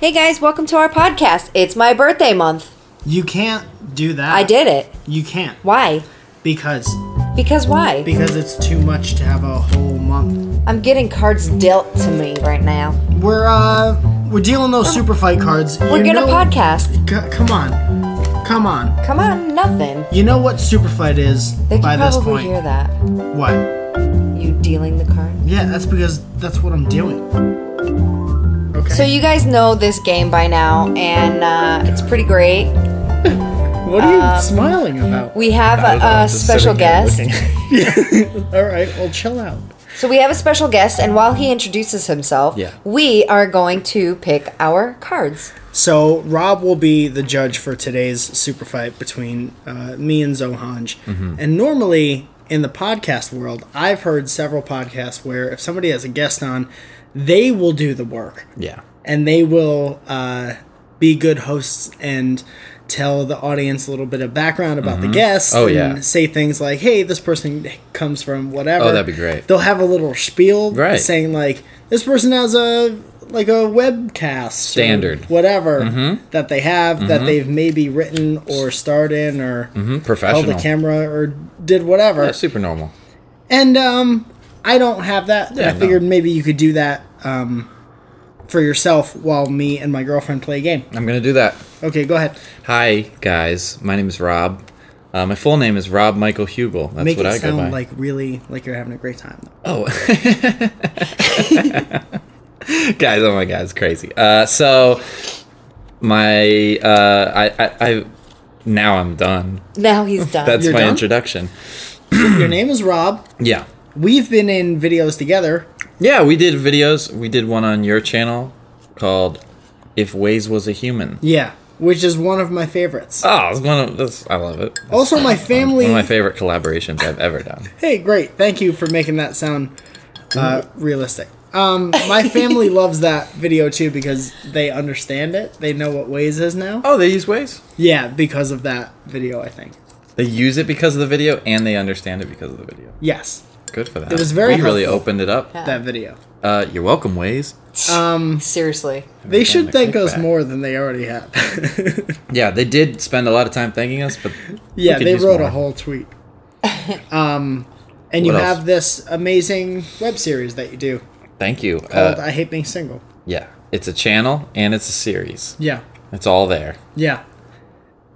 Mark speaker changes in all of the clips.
Speaker 1: Hey guys, welcome to our podcast. It's my birthday month.
Speaker 2: You can't do that.
Speaker 1: I did it.
Speaker 2: You can't
Speaker 1: Why?
Speaker 2: because
Speaker 1: Because why?
Speaker 2: because it's too much to have a whole month.
Speaker 1: I'm getting cards dealt to me right now.
Speaker 2: We're uh we're dealing those super fight cards.
Speaker 1: We're gonna podcast.
Speaker 2: podcast. come on, come on.
Speaker 1: Come on, nothing.
Speaker 2: You know what super fight is
Speaker 1: They
Speaker 2: by
Speaker 1: can
Speaker 2: this
Speaker 1: probably
Speaker 2: point.
Speaker 1: hear that.
Speaker 2: What?
Speaker 1: You dealing the card?
Speaker 2: Yeah, that's because that's what I'm doing. Okay.
Speaker 1: So you guys know this game by now, and uh, it's pretty great.
Speaker 2: what are you smiling about?
Speaker 1: um, We have a, a special guest.
Speaker 2: All right, well chill out.
Speaker 1: So we have a special guest, and while he introduces himself,
Speaker 3: Yeah.
Speaker 1: we are going to pick our cards.
Speaker 2: So Rob will be the judge for today's super fight between uh, me and Zohanj. And normally in the podcast world, I've heard several podcasts where if somebody has a guest on, they will do the work
Speaker 3: Yeah.
Speaker 2: and they will uh, be good hosts and tell the audience a little bit of background about the guest.
Speaker 3: Oh,
Speaker 2: and
Speaker 3: yeah.
Speaker 2: Say things like, "Hey, this person comes from whatever."
Speaker 3: Oh, that'd be great.
Speaker 2: They'll have a little spiel,
Speaker 3: Right.
Speaker 2: Saying like, "This person has a like a webcast or
Speaker 3: Standard. Mm-hmm.
Speaker 2: whatever that they have that they've maybe written or starred in or held
Speaker 3: Mm-hmm. Professional.
Speaker 2: the camera or did whatever."
Speaker 3: Yeah, super normal.
Speaker 2: And um, I don't have that.
Speaker 3: Yeah,
Speaker 2: I
Speaker 3: no.
Speaker 2: figured maybe you could do that um, for yourself while me and my girlfriend play a game.
Speaker 3: I'm gonna do that.
Speaker 2: Okay, go ahead.
Speaker 3: Hi guys, my name is Rob. Uh, my full name is Rob Michael Hugel. That's
Speaker 2: Make
Speaker 3: what
Speaker 2: it
Speaker 3: I go by.
Speaker 2: sound like really like you're having a great time. Though.
Speaker 3: oh, guys! Oh my God, it's crazy. Uh, so my uh, I, I I now I'm done.
Speaker 1: Now he's done.
Speaker 3: That's
Speaker 2: You're
Speaker 3: my
Speaker 2: done?
Speaker 3: introduction.
Speaker 2: Your name is Rob.
Speaker 3: Yeah,
Speaker 2: We've been in videos together.
Speaker 3: yeah. We did videos. We did one on your channel called "If Waze Was a Human."
Speaker 2: Yeah, which is one of my favorites.
Speaker 3: Oh, it's one of that's I love it.
Speaker 2: also, my family.
Speaker 3: One of my favorite collaborations I've ever done.
Speaker 2: hey, great! Thank you for making that sound uh,
Speaker 3: Mm.
Speaker 2: realistic. Um, my family loves that video too because they understand it. They know what Waze is now.
Speaker 3: Oh, they use Waze.
Speaker 2: Yeah, because of that video, I think.
Speaker 3: They use it because of the video, and they understand it because of the video.
Speaker 2: Yes,
Speaker 3: Good for that.
Speaker 2: It was very
Speaker 3: We really
Speaker 2: helpful.
Speaker 3: opened it up.
Speaker 2: that video.
Speaker 3: Uh, you're welcome, Waze.
Speaker 1: Seriously.
Speaker 2: They should
Speaker 3: the
Speaker 2: thank us
Speaker 3: kickback.
Speaker 2: more than they already have.
Speaker 3: Yeah, they did spend a lot of time thanking us, but
Speaker 2: yeah,
Speaker 3: could
Speaker 2: they
Speaker 3: use
Speaker 2: wrote
Speaker 3: more.
Speaker 2: a whole tweet. Um, and you
Speaker 3: What else?
Speaker 2: have this amazing web series that you do
Speaker 3: thank you.
Speaker 2: called
Speaker 3: Uh,
Speaker 2: "I Hate Being Single."
Speaker 3: yeah, it's a channel and it's a series.
Speaker 2: Yeah,
Speaker 3: It's all there.
Speaker 2: yeah.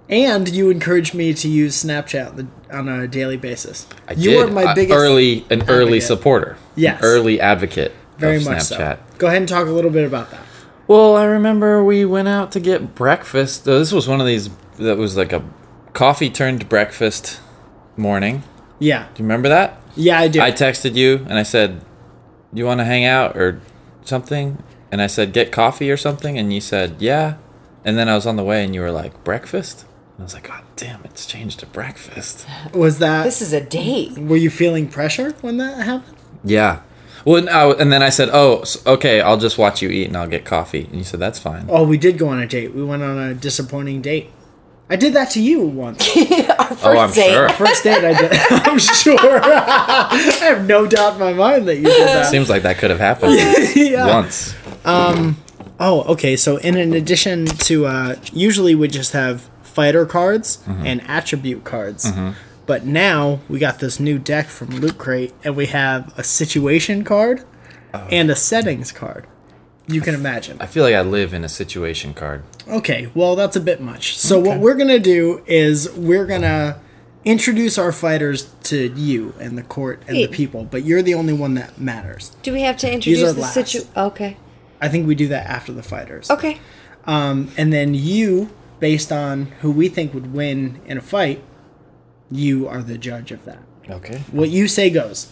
Speaker 2: And you encourage me to use Snapchat the- on a daily basis.
Speaker 3: I
Speaker 2: you
Speaker 3: did.
Speaker 2: are my
Speaker 3: Uh,
Speaker 2: biggest
Speaker 3: early an early
Speaker 2: advocate.
Speaker 3: supporter.
Speaker 2: Yes.
Speaker 3: An early advocate.
Speaker 2: very
Speaker 3: of
Speaker 2: much
Speaker 3: Snapchat.
Speaker 2: so. Go ahead and talk a little bit about that.
Speaker 3: Well, I remember we went out to get breakfast. Uh, This was one of these that was like a coffee turned breakfast morning.
Speaker 2: Yeah,
Speaker 3: Do you remember that?
Speaker 2: yeah, I do.
Speaker 3: I texted you and I said, "You want to hang out or something?" And I said, "Get coffee or something." And you said, "Yeah." And then I was on the way and you were like, "Breakfast?" And I was like, "God damn, it's changed to breakfast."
Speaker 2: Was that?
Speaker 1: This is a date.
Speaker 2: were you feeling pressure when that happened?
Speaker 3: Yeah. Well, and, I- and then I said, "Oh, s- okay, I'll just watch you eat and I'll get coffee." And you said, "That's fine."
Speaker 2: Oh, we did go on a date. We went on a disappointing date. I did that to you once.
Speaker 3: oh, I'm
Speaker 1: First date.
Speaker 3: sure.
Speaker 2: First date, I did. I'm sure. I have no doubt in my mind that you did that.
Speaker 3: Seems like that could have happened
Speaker 2: Yeah.
Speaker 3: once.
Speaker 2: Oh, okay. So, in an addition to, uh, usually we just have fighter cards and attribute cards. But now we got this new deck from Loot Crate, and we have a situation card and a settings card. You can imagine.
Speaker 3: I feel like I live in a situation card.
Speaker 2: Okay, well, that's a bit much. So, what we're going to do is we're going to introduce our fighters to you and the court and the
Speaker 1: Hey.
Speaker 2: people, but you're the only one that matters.
Speaker 1: Do we have to introduce
Speaker 2: are
Speaker 1: the
Speaker 2: last.
Speaker 1: situation? Okay.
Speaker 2: I think we do that after the fighters.
Speaker 1: Okay.
Speaker 2: And then you, based on who we think would win in a fight, you are the judge of that.
Speaker 3: Okay.
Speaker 2: What you say goes.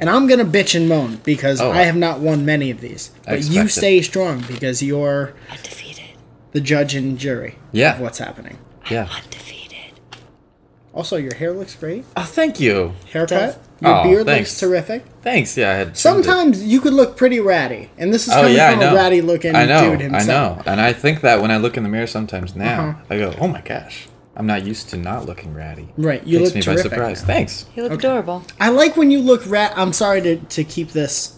Speaker 2: And I'm going to bitch and moan because
Speaker 3: Oh.
Speaker 2: I have not won many of these. But you
Speaker 3: expect it.
Speaker 2: stay strong because you're
Speaker 1: Undefeated.
Speaker 2: the judge and jury
Speaker 3: Yeah.
Speaker 2: of what's happening.
Speaker 3: Yeah.
Speaker 1: Undefeated.
Speaker 2: Also, your hair looks great.
Speaker 3: Oh, thank you.
Speaker 2: Haircut.
Speaker 1: does.
Speaker 2: Your
Speaker 3: Aw,
Speaker 2: beard looks
Speaker 3: Oh, thanks.
Speaker 2: terrific.
Speaker 3: Thanks. Yeah, I had trimmed it.
Speaker 2: Sometimes you could look pretty ratty. And this is
Speaker 3: Oh
Speaker 2: coming
Speaker 3: yeah, I
Speaker 2: from a
Speaker 3: know.
Speaker 2: ratty looking
Speaker 3: I know.
Speaker 2: dude himself. Uh-huh.
Speaker 3: I know, and I think that when I look in the mirror sometimes now, I go, "Oh my gosh, I'm not used to not looking ratty."
Speaker 2: Right, you
Speaker 3: Takes
Speaker 2: look
Speaker 3: me
Speaker 2: terrific
Speaker 3: by surprise.
Speaker 2: now.
Speaker 3: Thanks.
Speaker 1: You look adorable.
Speaker 2: I like when you look rat. I'm sorry to, to keep this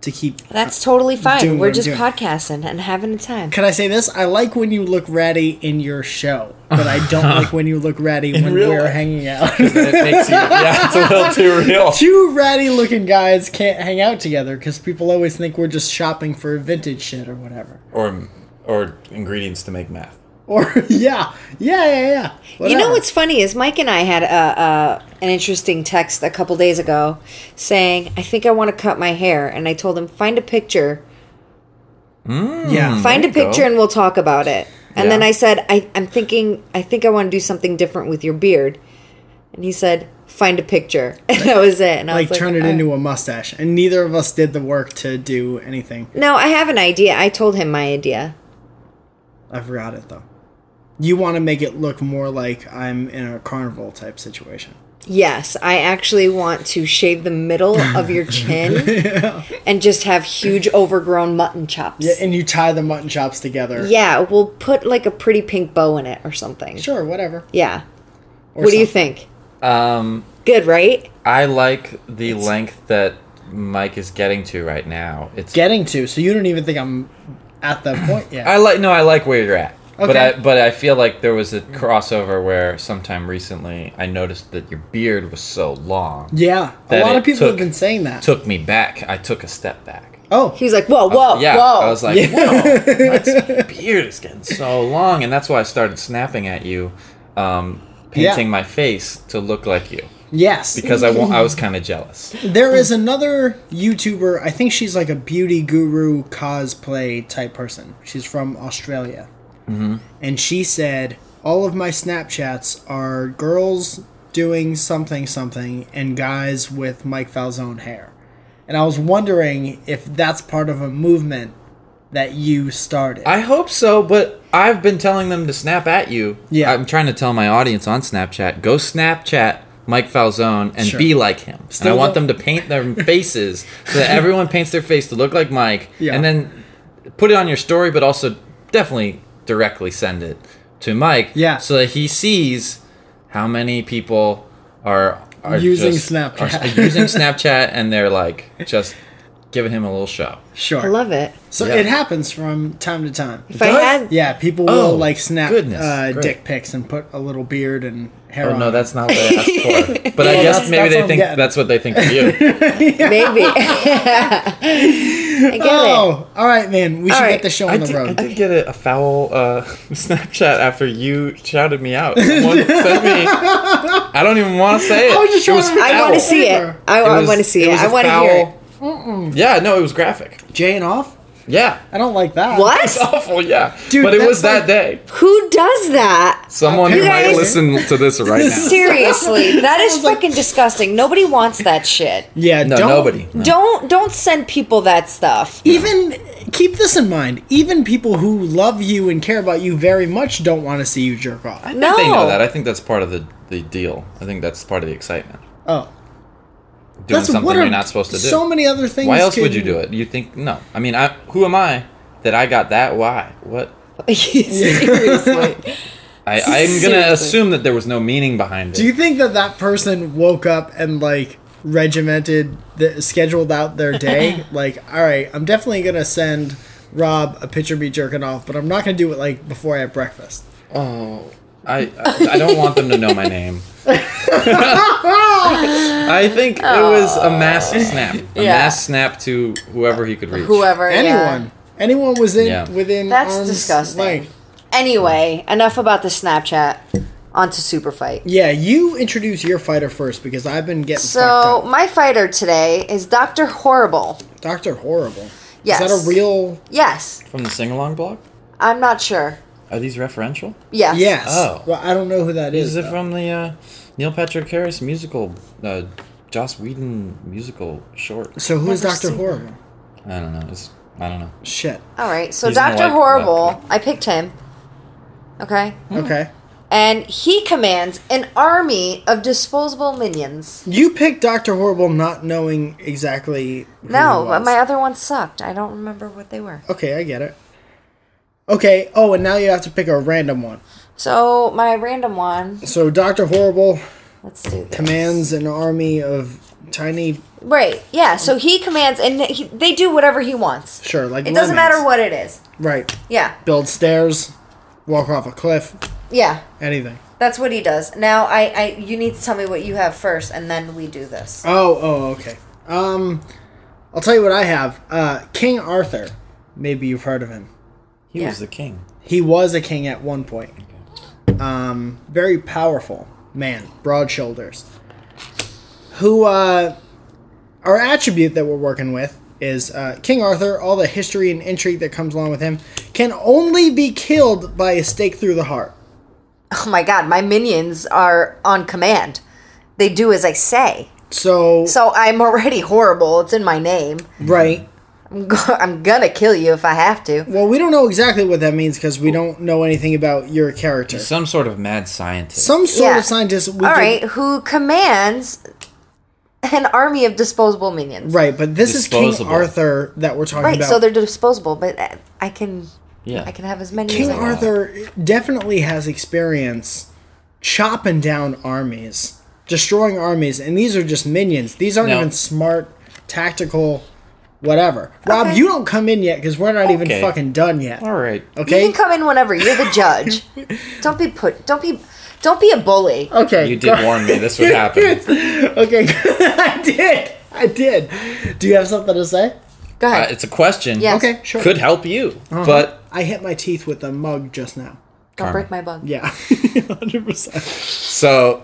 Speaker 2: to keep.
Speaker 1: That's totally fine.
Speaker 2: Doing what
Speaker 1: We're
Speaker 2: Uh, I'm
Speaker 1: just
Speaker 2: doing.
Speaker 1: podcasting and having a time.
Speaker 2: Can I say this? I like when you look ratty in your show, but I don't like when you look ratty when
Speaker 3: real
Speaker 2: we're
Speaker 3: life.
Speaker 2: hanging out.
Speaker 3: It makes you, yeah, it's a little too real.
Speaker 2: Two ratty looking guys can't hang out together because people always think we're just shopping for vintage shit or whatever.
Speaker 3: Or, or ingredients to make math.
Speaker 2: Or yeah, yeah, yeah, yeah.
Speaker 1: You know
Speaker 2: whatever.
Speaker 1: what's funny is Mike and I had a, uh an interesting text a couple days ago saying, I think I want to cut my hair. And I told him, find a picture.
Speaker 2: yeah.
Speaker 1: Find a
Speaker 3: you go.
Speaker 1: picture and we'll talk about it. And
Speaker 3: Yeah.
Speaker 1: then I said, I, I'm thinking, I think I want to do something different with your beard. And he said, find a picture. And that was it. And I was
Speaker 2: Like
Speaker 1: like,
Speaker 2: turn it
Speaker 1: "Oh."
Speaker 2: into a mustache, and neither of us did the work to do anything.
Speaker 1: No, I have an idea. I told him my idea.
Speaker 2: I forgot it though. You want to make it look more like I'm in a carnival type situation.
Speaker 1: Yes, I actually want to shave the middle of your chin and just have huge overgrown mutton chops.
Speaker 2: Yeah, and you tie the mutton chops together.
Speaker 1: Yeah, we'll put like a pretty pink bow in it or something.
Speaker 2: Sure, whatever.
Speaker 1: Yeah.
Speaker 2: Or
Speaker 1: what do you
Speaker 2: something.
Speaker 1: think?
Speaker 3: Um,
Speaker 1: Good, right?
Speaker 3: I like the length that Mike is getting to right now. It's
Speaker 2: Getting to, so you don't even think I'm at that point yet.
Speaker 3: I like no, I like where you're at. But
Speaker 2: Okay.
Speaker 3: I but I feel like there was a crossover where sometime recently I noticed that your beard was so long.
Speaker 2: yeah, a
Speaker 3: That
Speaker 2: lot
Speaker 3: it
Speaker 2: of people have
Speaker 3: took-
Speaker 2: been saying that.
Speaker 3: Took me back. I took a step back.
Speaker 2: oh,
Speaker 1: He was like, whoa, whoa,
Speaker 3: yeah.
Speaker 1: whoa.
Speaker 3: I was like, whoa, Mike's beard is getting so long and that's why I started snapping at you, um,
Speaker 2: Yeah.
Speaker 3: painting my face to look like you.
Speaker 2: yes,
Speaker 3: Because I want I was kinda jealous.
Speaker 2: There is another YouTuber. I think she's like a beauty guru cosplay type person. She's from Australia. Mm-hmm. And she said, All of my Snapchats are girls doing something something and guys with Mike Falzone hair. And I was wondering if that's part of a movement that you started.
Speaker 3: I hope so, but I've been telling them to snap at you.
Speaker 2: Yeah.
Speaker 3: I'm trying to tell my audience on Snapchat, go Snapchat Mike Falzone and
Speaker 2: Sure.
Speaker 3: be like him.
Speaker 2: Still
Speaker 3: and I want
Speaker 2: don't-
Speaker 3: them to paint their faces so that everyone paints their face to look like Mike.
Speaker 2: Yeah.
Speaker 3: And then put it on your story, but also definitely directly send it to Mike.
Speaker 2: Yeah.
Speaker 3: So that he sees how many people are, are
Speaker 2: Using
Speaker 3: just-
Speaker 2: Snapchat.
Speaker 3: are using Snapchat and they're like just giving him a little show.
Speaker 2: sure.
Speaker 1: I love it.
Speaker 2: so
Speaker 3: Yeah.
Speaker 2: it happens from time to time.
Speaker 1: If I
Speaker 3: Does?
Speaker 1: had
Speaker 2: Yeah, people
Speaker 3: Oh,
Speaker 2: will like snap
Speaker 3: goodness,
Speaker 2: uh,
Speaker 3: great.
Speaker 2: dick pics and put a little beard and hair
Speaker 3: Oh
Speaker 2: on.
Speaker 3: no,
Speaker 2: it.
Speaker 3: that's not what I asked for. But I
Speaker 2: Yeah,
Speaker 3: guess
Speaker 2: that's-
Speaker 3: maybe
Speaker 2: that's what
Speaker 3: they
Speaker 2: I'm
Speaker 3: think
Speaker 2: getting.
Speaker 3: that's what they think of you.
Speaker 1: maybe. I get it.
Speaker 2: Oh, all right, man. We should
Speaker 1: right.
Speaker 2: get the show
Speaker 3: I
Speaker 2: on the
Speaker 3: did, I
Speaker 2: road.
Speaker 3: did get a, a foul uh, Snapchat after you shouted me out. Someone sent me. I don't even want to say it.
Speaker 2: I was just
Speaker 3: It
Speaker 2: trying to-
Speaker 1: I want
Speaker 2: Ow.
Speaker 1: to see it. I,
Speaker 3: It
Speaker 1: I
Speaker 3: was-
Speaker 1: want to see it.
Speaker 3: was
Speaker 1: I
Speaker 3: a
Speaker 1: want to hear it.
Speaker 3: foul- Yeah, no, it was graphic.
Speaker 2: Jay and off?
Speaker 3: Yeah,
Speaker 2: I don't like that.
Speaker 1: What?
Speaker 3: awful. Yeah,
Speaker 2: Dude,
Speaker 3: but it
Speaker 2: that's
Speaker 3: was that
Speaker 2: like-
Speaker 3: day.
Speaker 1: Who does that?
Speaker 3: Someone who
Speaker 1: You
Speaker 3: might
Speaker 1: guys-
Speaker 3: listen to this right now.
Speaker 1: Seriously, that is fucking disgusting. Nobody wants that shit.
Speaker 2: Yeah,
Speaker 3: No,
Speaker 2: don't,
Speaker 3: nobody. No.
Speaker 1: Don't don't send people that stuff.
Speaker 2: Even keep this in mind. Even people who love you and care about you very much don't want to see you jerk off.
Speaker 3: I think they know
Speaker 1: No.
Speaker 3: that. I think that's part of the, the deal. I think that's part of the excitement.
Speaker 2: Oh,
Speaker 3: Doing
Speaker 2: that's
Speaker 3: something
Speaker 2: what
Speaker 3: you're
Speaker 2: are
Speaker 3: not supposed to do.
Speaker 2: So many other things.
Speaker 3: Why else would
Speaker 2: could-
Speaker 3: you do it? You think no? I mean, I who am I that I got that? Why? What?
Speaker 1: Seriously.
Speaker 3: I, I'm
Speaker 1: Seriously.
Speaker 3: gonna assume that there was no meaning behind it.
Speaker 2: Do you think that that person woke up and like regimented, the, scheduled out their day? like, all right, I'm definitely gonna send Rob a picture of me jerking off, but I'm not gonna do it like before I have breakfast.
Speaker 3: oh, I, I I don't want them to know my name. I think it was a mass snap, a
Speaker 1: Yeah.
Speaker 3: mass snap to whoever he could reach.
Speaker 1: Whoever.
Speaker 2: Anyone,
Speaker 1: yeah.
Speaker 2: anyone was in
Speaker 3: Yeah.
Speaker 2: within.
Speaker 1: That's
Speaker 2: arm's
Speaker 1: disgusting.
Speaker 2: length.
Speaker 1: Anyway, enough about the Snapchat. On to Super Fight.
Speaker 2: Yeah, you introduce your fighter first because I've been getting
Speaker 1: So
Speaker 2: fucked
Speaker 1: my fighter today is Doctor Horrible.
Speaker 2: up. Doctor Horrible.
Speaker 1: Yes.
Speaker 2: Is that a real?
Speaker 1: Yes,
Speaker 3: From the sing along block?
Speaker 1: I'm not sure.
Speaker 3: Are these referential?
Speaker 1: Yes.
Speaker 2: Yes.
Speaker 3: Oh.
Speaker 2: Well, I don't know who that is.
Speaker 3: Is it
Speaker 2: though.
Speaker 3: from the uh, Neil Patrick Harris musical, uh, Joss Whedon musical short?
Speaker 2: so who is
Speaker 1: Never
Speaker 2: Doctor
Speaker 1: seen
Speaker 2: Horrible?
Speaker 3: I don't know. It's I don't know.
Speaker 2: Shit.
Speaker 1: All right. So
Speaker 3: He's gonna
Speaker 1: Doctor
Speaker 3: like
Speaker 1: Horrible, I picked him. Okay.
Speaker 2: Okay.
Speaker 1: And he commands an army of disposable minions.
Speaker 2: You picked Doctor Horrible not knowing exactly. who
Speaker 1: No,
Speaker 2: he
Speaker 1: but
Speaker 2: was.
Speaker 1: my other one sucked. I don't remember what they were.
Speaker 2: Okay, I get it. Okay. Oh, and now you have to pick a random one.
Speaker 1: So my random one
Speaker 2: So Doctor Horrible.
Speaker 1: Let's do this.
Speaker 2: commands an army of tiny.
Speaker 1: Right. Yeah. So he commands, and he, they do whatever he wants.
Speaker 2: Sure, like
Speaker 1: it doesn't
Speaker 2: lemons.
Speaker 1: matter what it is.
Speaker 2: Right.
Speaker 1: Yeah.
Speaker 2: Build stairs, walk off a cliff,
Speaker 1: Yeah.
Speaker 2: anything.
Speaker 1: That's what he does. Now, I, I, you need to tell me what you have first, and then we do this.
Speaker 2: Oh, oh, okay. Um, I'll tell you what I have. Uh, King Arthur. Maybe you've heard of him.
Speaker 3: He
Speaker 1: Yeah.
Speaker 3: was the king.
Speaker 2: He was a king at one point. Um, very powerful man, broad shoulders. Who, uh, our attribute that we're working with is uh, King Arthur, all the history and intrigue that comes along with him, can only be killed by a stake through the heart.
Speaker 1: Oh my god, my minions are on command. They do as I say.
Speaker 2: So,
Speaker 1: So I'm already horrible. It's in my name.
Speaker 2: right.
Speaker 1: I'm, go- I'm gonna kill you if I have to.
Speaker 2: Well, we don't know exactly what that means because we don't know anything about your character.
Speaker 3: Some sort of mad scientist.
Speaker 2: Some sort
Speaker 1: Yeah.
Speaker 2: of scientist. We
Speaker 1: All
Speaker 2: could-
Speaker 1: right, who commands an army of disposable minions?
Speaker 2: Right, but this is King
Speaker 3: Disposable.
Speaker 2: Arthur that we're talking
Speaker 1: Right,
Speaker 2: about.
Speaker 1: so they're disposable, but I- I can,
Speaker 3: yeah.
Speaker 1: I can have as many. as
Speaker 2: King
Speaker 1: I want.
Speaker 2: Arthur definitely has experience chopping down armies, destroying armies, and these are just minions. These aren't
Speaker 3: No.
Speaker 2: even smart, tactical, whatever. Rob,
Speaker 1: Okay.
Speaker 2: you don't come in yet because we're not even
Speaker 3: Okay.
Speaker 2: fucking done yet.
Speaker 3: All right.
Speaker 1: You
Speaker 2: Okay.
Speaker 1: can come in whenever. You're the judge. don't be put. Don't be. Don't be a bully.
Speaker 2: okay.
Speaker 3: You did warn me this would happen.
Speaker 2: okay. I did. I did. Do you have something to say?
Speaker 1: Go
Speaker 3: Uh,
Speaker 1: ahead.
Speaker 3: it's a question.
Speaker 1: Yes.
Speaker 2: Okay. Sure. Uh-huh.
Speaker 3: Could help you, but
Speaker 2: I hit my teeth with a mug just now.
Speaker 1: don't break my bug.
Speaker 2: Yeah. 100%.
Speaker 3: so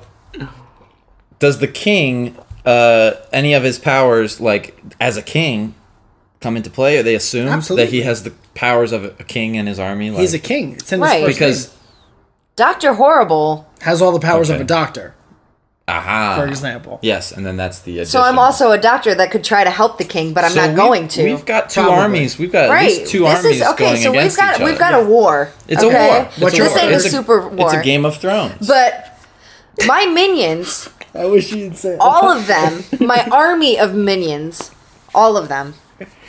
Speaker 3: does the king uh any of his powers like as a king come into play? Are they assumed that
Speaker 2: Absolutely.
Speaker 3: he has the powers of a king and his army? Like,
Speaker 2: He's a king. It's in his
Speaker 1: Right.
Speaker 2: first name.
Speaker 3: because
Speaker 1: Doctor Horrible.
Speaker 2: has all the powers of
Speaker 3: Okay.
Speaker 2: a doctor,
Speaker 3: aha.
Speaker 2: for example.
Speaker 3: Yes, and then that's the.
Speaker 1: So I'm also a doctor that could try to help the king, but I'm
Speaker 3: So
Speaker 1: not
Speaker 3: we-
Speaker 1: going to.
Speaker 3: We've got two
Speaker 2: Probably.
Speaker 3: armies. We've got
Speaker 1: right.
Speaker 3: at least two armies going
Speaker 1: So
Speaker 3: against
Speaker 1: we've got
Speaker 3: each other.
Speaker 1: we've got a war.
Speaker 3: It's
Speaker 1: okay?
Speaker 3: a war. It's
Speaker 2: What's
Speaker 3: a
Speaker 2: your
Speaker 1: this
Speaker 3: war.
Speaker 1: ain't
Speaker 3: It's
Speaker 1: a super war.
Speaker 3: It's a Game of Thrones.
Speaker 1: But my minions,
Speaker 2: I wish you'd say
Speaker 1: all of them, my army of minions, all of them,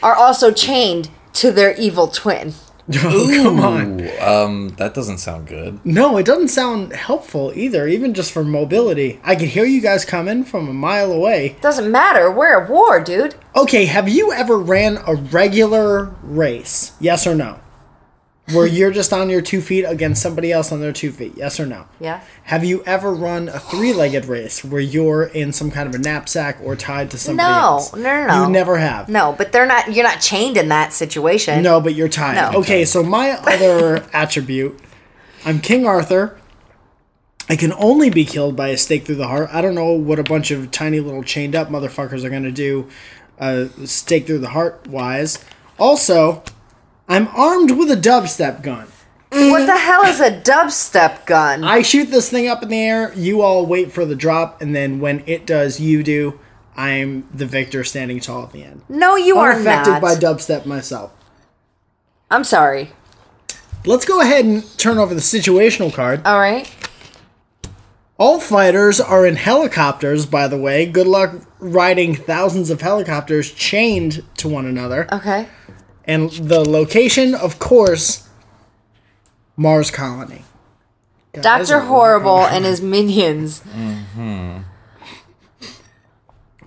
Speaker 1: are also chained to their evil twin.
Speaker 2: Oh, come on.
Speaker 3: Ooh, um, that doesn't sound good.
Speaker 2: No, it doesn't sound helpful either, even just for mobility. I could hear you guys coming from a mile away.
Speaker 1: Doesn't matter. We're at war, dude.
Speaker 2: Okay, have you ever ran a regular race? Yes or no? Where you're just on your two feet against somebody else on their two feet? Yes or no?
Speaker 1: Yeah.
Speaker 2: Have you ever run a three-legged race where you're in some kind of a knapsack or tied to somebody
Speaker 1: No,
Speaker 2: else?
Speaker 1: no, no, no.
Speaker 2: You never have.
Speaker 1: No, but they're not. You're not chained in that situation.
Speaker 2: No, but you're tied.
Speaker 1: No.
Speaker 2: Okay, so my other attribute, I'm King Arthur. I can only be killed by a stake through the heart. I don't know what a bunch of tiny little chained up motherfuckers are gonna do, uh, stake through the heart wise. Also, I'm armed with a dubstep gun.
Speaker 1: What the hell is a dubstep gun?
Speaker 2: I shoot this thing up in the air. You all wait for the drop, and then when it does, you do. I'm the victor, standing tall at the end.
Speaker 1: no, you are
Speaker 2: Unaffected
Speaker 1: not.
Speaker 2: by dubstep myself.
Speaker 1: I'm sorry.
Speaker 2: Let's go ahead and turn over the situational card.
Speaker 1: All right.
Speaker 2: All fighters are in helicopters, by the way. Good luck riding thousands of helicopters chained to one another.
Speaker 1: Okay.
Speaker 2: And the location, of course, Mars Colony. God, those
Speaker 1: Doctor
Speaker 2: are-
Speaker 1: Horrible and his minions.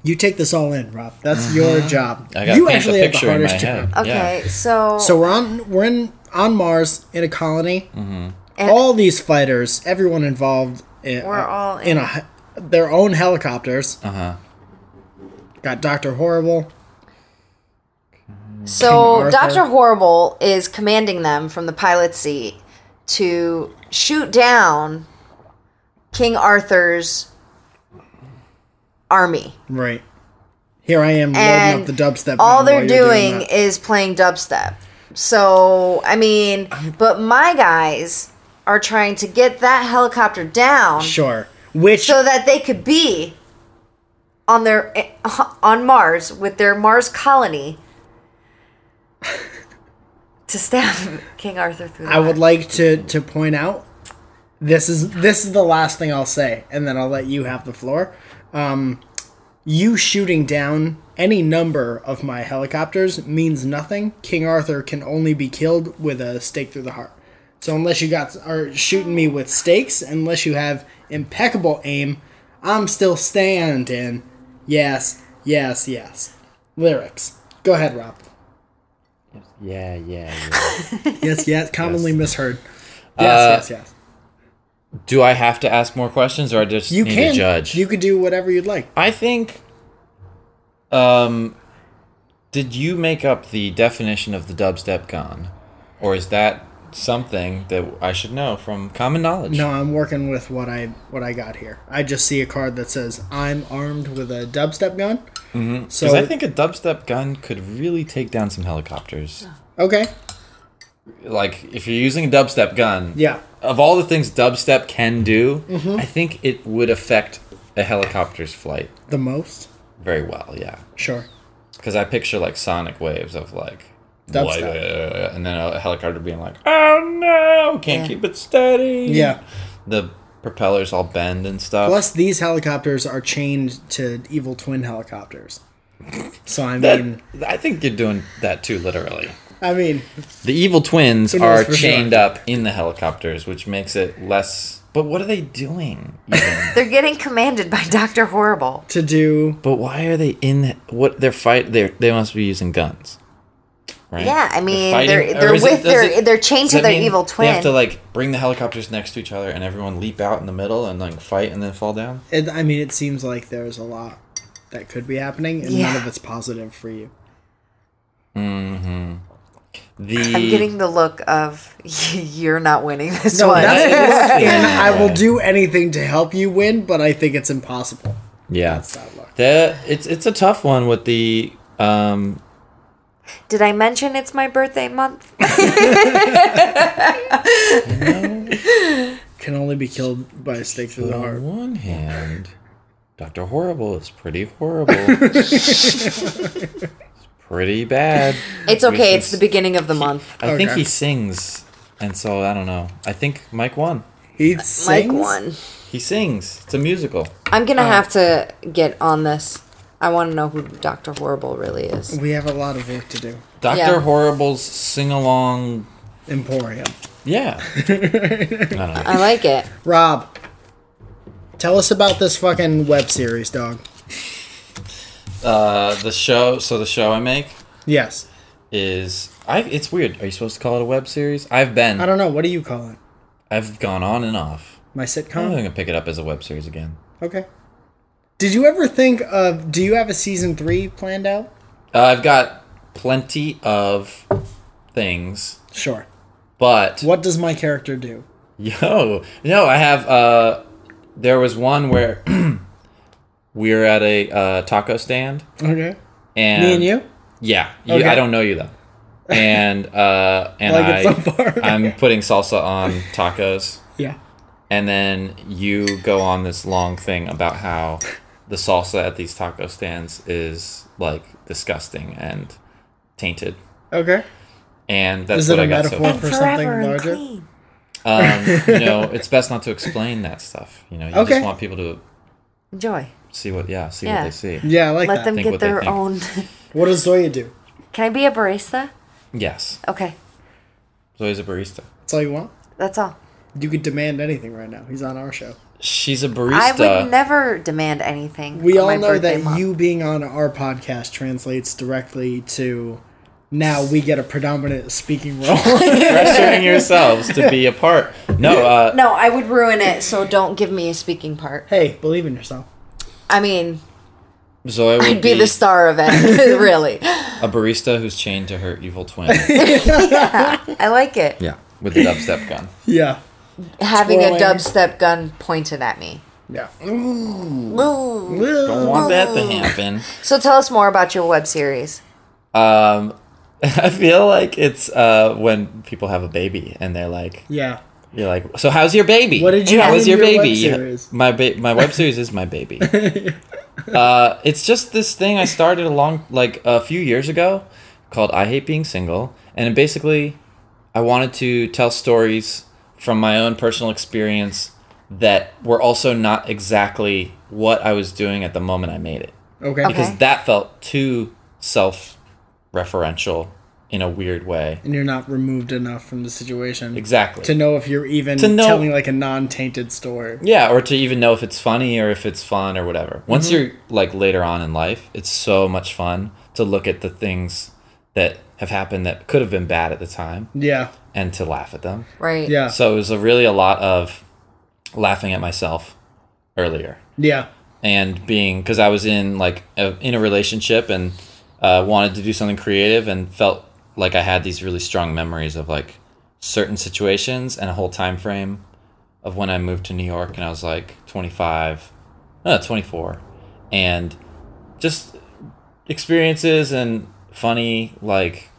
Speaker 2: You take this all in, Rob. That's your job.
Speaker 3: Uh-huh. I got
Speaker 2: you
Speaker 3: paint
Speaker 2: actually
Speaker 3: the
Speaker 2: have the
Speaker 3: picture in my
Speaker 2: hardest
Speaker 3: head.
Speaker 2: job.
Speaker 1: Okay,
Speaker 3: Yeah.
Speaker 1: so
Speaker 2: So we're on we're in on Mars in a colony.
Speaker 1: and
Speaker 2: All these fighters, everyone involved, in, uh,
Speaker 1: We're all
Speaker 2: in
Speaker 1: in. Uh-huh.
Speaker 2: a he- their own helicopters. Uh huh. Got Doctor Horrible.
Speaker 1: so
Speaker 2: Arthur.
Speaker 1: Doctor Horrible is commanding them from the pilot seat to shoot down King Arthur's army.
Speaker 2: Right. Here I am loading
Speaker 1: And
Speaker 2: up the dubstep.
Speaker 1: all
Speaker 2: gun
Speaker 1: they're
Speaker 2: while you're
Speaker 1: doing
Speaker 2: that.
Speaker 1: is playing dubstep. So, I mean, but my guys are trying to get that helicopter down
Speaker 2: sure. Which
Speaker 1: so that they could be on their eh, on Mars with their Mars colony to stab King Arthur through the
Speaker 2: I would
Speaker 1: heart.
Speaker 2: like to to point out. This is this is the last thing I'll say, and then I'll let you have the floor. Um, you shooting down any number of my helicopters means nothing. King Arthur can only be killed with a stake through the heart. So unless you got are shooting me with stakes, unless you have impeccable aim, I'm still standing. Yes, yes, yes. Lyrics. Go ahead, Rob.
Speaker 3: Yeah, yeah, yeah.
Speaker 2: Yes, yes. Commonly misheard. Yes,
Speaker 3: Uh,
Speaker 2: yes, yes.
Speaker 3: Do I have to ask more questions, or I just
Speaker 2: You
Speaker 3: need
Speaker 2: can
Speaker 3: to judge?
Speaker 2: You could do whatever you'd like.
Speaker 3: I think. Um, did you make up the definition of the dubstep gone, or is that something that I should know from common knowledge?
Speaker 2: No, I'm working with what I what I got here. I just see a card that says I'm armed with a dubstep gun. Mm-hmm. So
Speaker 3: because I think a dubstep gun could really take down some helicopters.
Speaker 2: okay,
Speaker 3: Like if you're using a dubstep gun,
Speaker 2: yeah, Mm-hmm.
Speaker 3: Of all the things dubstep can do, I think it would affect a helicopter's flight
Speaker 2: the most
Speaker 3: very well. Yeah.
Speaker 2: sure.
Speaker 3: because I picture like sonic waves of like
Speaker 2: Dubstep.
Speaker 3: like, uh, and then a helicopter being like, "Oh no, can't keep it steady."
Speaker 2: Yeah.
Speaker 3: the propellers all bend and stuff.
Speaker 2: Plus, these helicopters are chained to evil twin helicopters. So I
Speaker 3: That-
Speaker 2: mean,
Speaker 3: I think you're doing that too literally.
Speaker 2: I mean,
Speaker 3: The evil twins
Speaker 2: Who knows
Speaker 3: are
Speaker 2: for sure?
Speaker 3: chained up in the helicopters, which makes it less. But what are they doing? Even?
Speaker 1: They're getting commanded by Doctor Horrible.
Speaker 2: to do
Speaker 3: but why are they in? The, what they're fight? They they must be using guns. Right?
Speaker 1: Yeah, I mean,
Speaker 3: fighting-
Speaker 1: they're-
Speaker 3: or
Speaker 1: they're
Speaker 3: is it-
Speaker 1: with
Speaker 3: does
Speaker 1: their-
Speaker 3: it-
Speaker 1: they're chained
Speaker 3: does
Speaker 1: to
Speaker 3: that
Speaker 1: their
Speaker 3: mean
Speaker 1: evil
Speaker 3: They have to
Speaker 1: twin.
Speaker 3: like bring the helicopters next to each other, and everyone leap out in the middle and like fight, and then fall down.
Speaker 2: it, I mean, it seems like there's a lot that could be happening, and none
Speaker 1: Yeah.
Speaker 2: of it's positive for you.
Speaker 3: The
Speaker 1: I'm getting the look of you're not winning this
Speaker 2: No,
Speaker 1: one.
Speaker 2: that's-
Speaker 3: Yeah.
Speaker 2: I will do anything to help you win, but I think it's impossible.
Speaker 3: yeah.
Speaker 2: That's that luck.
Speaker 3: The, it's it's a tough one with the um
Speaker 1: Did I mention it's my birthday month?
Speaker 2: Can only be killed by a stake through the heart.
Speaker 3: on one hand, Doctor Horrible is pretty horrible. it's pretty bad.
Speaker 1: It's
Speaker 3: We
Speaker 1: okay.
Speaker 3: should
Speaker 1: It's the
Speaker 3: s-
Speaker 1: beginning of the month.
Speaker 3: I think
Speaker 2: Okay.
Speaker 3: he sings, and so I don't know. I think Mike won.
Speaker 2: He
Speaker 1: Mike
Speaker 2: sings?
Speaker 1: one.
Speaker 3: He sings. It's a musical.
Speaker 1: I'm
Speaker 2: Oh.
Speaker 1: gonna have to get on this. I want to know who Doctor Horrible really is.
Speaker 2: We have a lot of work to do.
Speaker 3: Doctor
Speaker 1: Yeah.
Speaker 3: Horrible's sing along.
Speaker 2: Emporium.
Speaker 3: Yeah. I don't know.
Speaker 1: I like it.
Speaker 2: Rob, tell us about this fucking web series, dog.
Speaker 3: Uh, the show. So the show I make
Speaker 2: Yes.
Speaker 3: is I. It's weird. Are you supposed to call it a web series? I've been.
Speaker 2: I don't know. What do you call it?
Speaker 3: I've gone on and off.
Speaker 2: My
Speaker 3: I'm
Speaker 2: sitcom?
Speaker 3: gonna pick it up as a web series again.
Speaker 2: Okay. Did you ever think of. Do you have a season three planned out?
Speaker 3: Uh, I've got plenty of things,
Speaker 2: Sure.
Speaker 3: but
Speaker 2: What does my character do?
Speaker 3: yo, no, I have. Uh, there was one where we were at a uh, taco stand,
Speaker 2: Okay. Um,
Speaker 3: and
Speaker 2: Me and you?
Speaker 3: Yeah, you,
Speaker 2: Okay.
Speaker 3: I don't know you though, and uh, and
Speaker 2: Like
Speaker 3: I,
Speaker 2: it so far.
Speaker 3: I'm putting salsa on tacos,
Speaker 2: Yeah.
Speaker 3: and then you go on this long thing about how the salsa at these taco stands is like disgusting and tainted,
Speaker 2: Okay.
Speaker 3: and that's
Speaker 2: Is it
Speaker 3: what
Speaker 2: a
Speaker 3: I got
Speaker 2: metaphor?
Speaker 3: so
Speaker 2: For something larger?
Speaker 3: far. Um, you know, it's best not to explain that stuff. You know, you
Speaker 2: Okay.
Speaker 3: just want people to
Speaker 1: Enjoy.
Speaker 3: see what yeah, see
Speaker 1: Yeah.
Speaker 3: what they see.
Speaker 2: Yeah, I like
Speaker 1: Let
Speaker 2: that.
Speaker 1: them
Speaker 3: think
Speaker 1: get
Speaker 3: what they
Speaker 1: their
Speaker 3: think.
Speaker 1: own.
Speaker 2: What does Zoya do?
Speaker 1: Can I be a barista?
Speaker 3: Yes,
Speaker 1: Okay,
Speaker 3: Zoe's a barista.
Speaker 2: That's all you want?
Speaker 1: that's all.
Speaker 2: You could demand anything right now. He's on our show.
Speaker 3: She's a barista.
Speaker 1: I would never demand anything.
Speaker 2: We
Speaker 1: on my
Speaker 2: all know
Speaker 1: birthday
Speaker 2: that
Speaker 1: month.
Speaker 2: you being on our podcast translates directly to now we get a predominant speaking role.
Speaker 3: pressuring yourselves to be a part. No, uh,
Speaker 1: No, I would ruin it. So don't give me a speaking part.
Speaker 2: hey, believe in yourself.
Speaker 1: I mean,
Speaker 3: Zoe would
Speaker 1: I'd be the star of it. really,
Speaker 3: a barista who's chained to her evil twin.
Speaker 1: I like it.
Speaker 3: yeah, with the dubstep gun.
Speaker 2: Yeah.
Speaker 1: Having
Speaker 2: Twirling.
Speaker 1: a dubstep gun pointed at me.
Speaker 2: Yeah.
Speaker 1: Woo.
Speaker 3: Don't want that to happen.
Speaker 1: So tell us more about your web series.
Speaker 3: Um, I feel like it's uh, when people have a baby and they're like,
Speaker 2: Yeah.
Speaker 3: you're like, so how's your baby?
Speaker 2: What did you
Speaker 3: How
Speaker 2: do
Speaker 3: was
Speaker 2: in
Speaker 3: your,
Speaker 2: your web
Speaker 3: baby?
Speaker 2: series?
Speaker 3: My ba- my web series is my baby. uh, it's just this thing I started a long like a few years ago called I Hate Being Single, and it basically I wanted to tell stories from my own personal experience that were also not exactly what I was doing at the moment I made it
Speaker 2: Okay.
Speaker 1: Okay.
Speaker 3: because that felt too self referential in a weird way.
Speaker 2: and you're not removed enough from the situation
Speaker 3: Exactly.
Speaker 2: to know if you're even
Speaker 3: To know-
Speaker 2: telling like a non-tainted story.
Speaker 3: Yeah, or to even know if it's funny or if it's fun or whatever. Once you're like later on in life, it's so much fun to look at the things that have happened that could have been bad at the time
Speaker 2: Yeah,
Speaker 3: and to laugh at them.
Speaker 1: Right.
Speaker 2: yeah,
Speaker 3: So it was a really a lot of laughing at myself earlier
Speaker 2: yeah,
Speaker 3: and being because I was in like a, in a relationship and uh, wanted to do something creative and felt like I had these really strong memories of like certain situations and a whole time frame of when I moved to New York and I was like 25, no, 24, and just experiences and funny like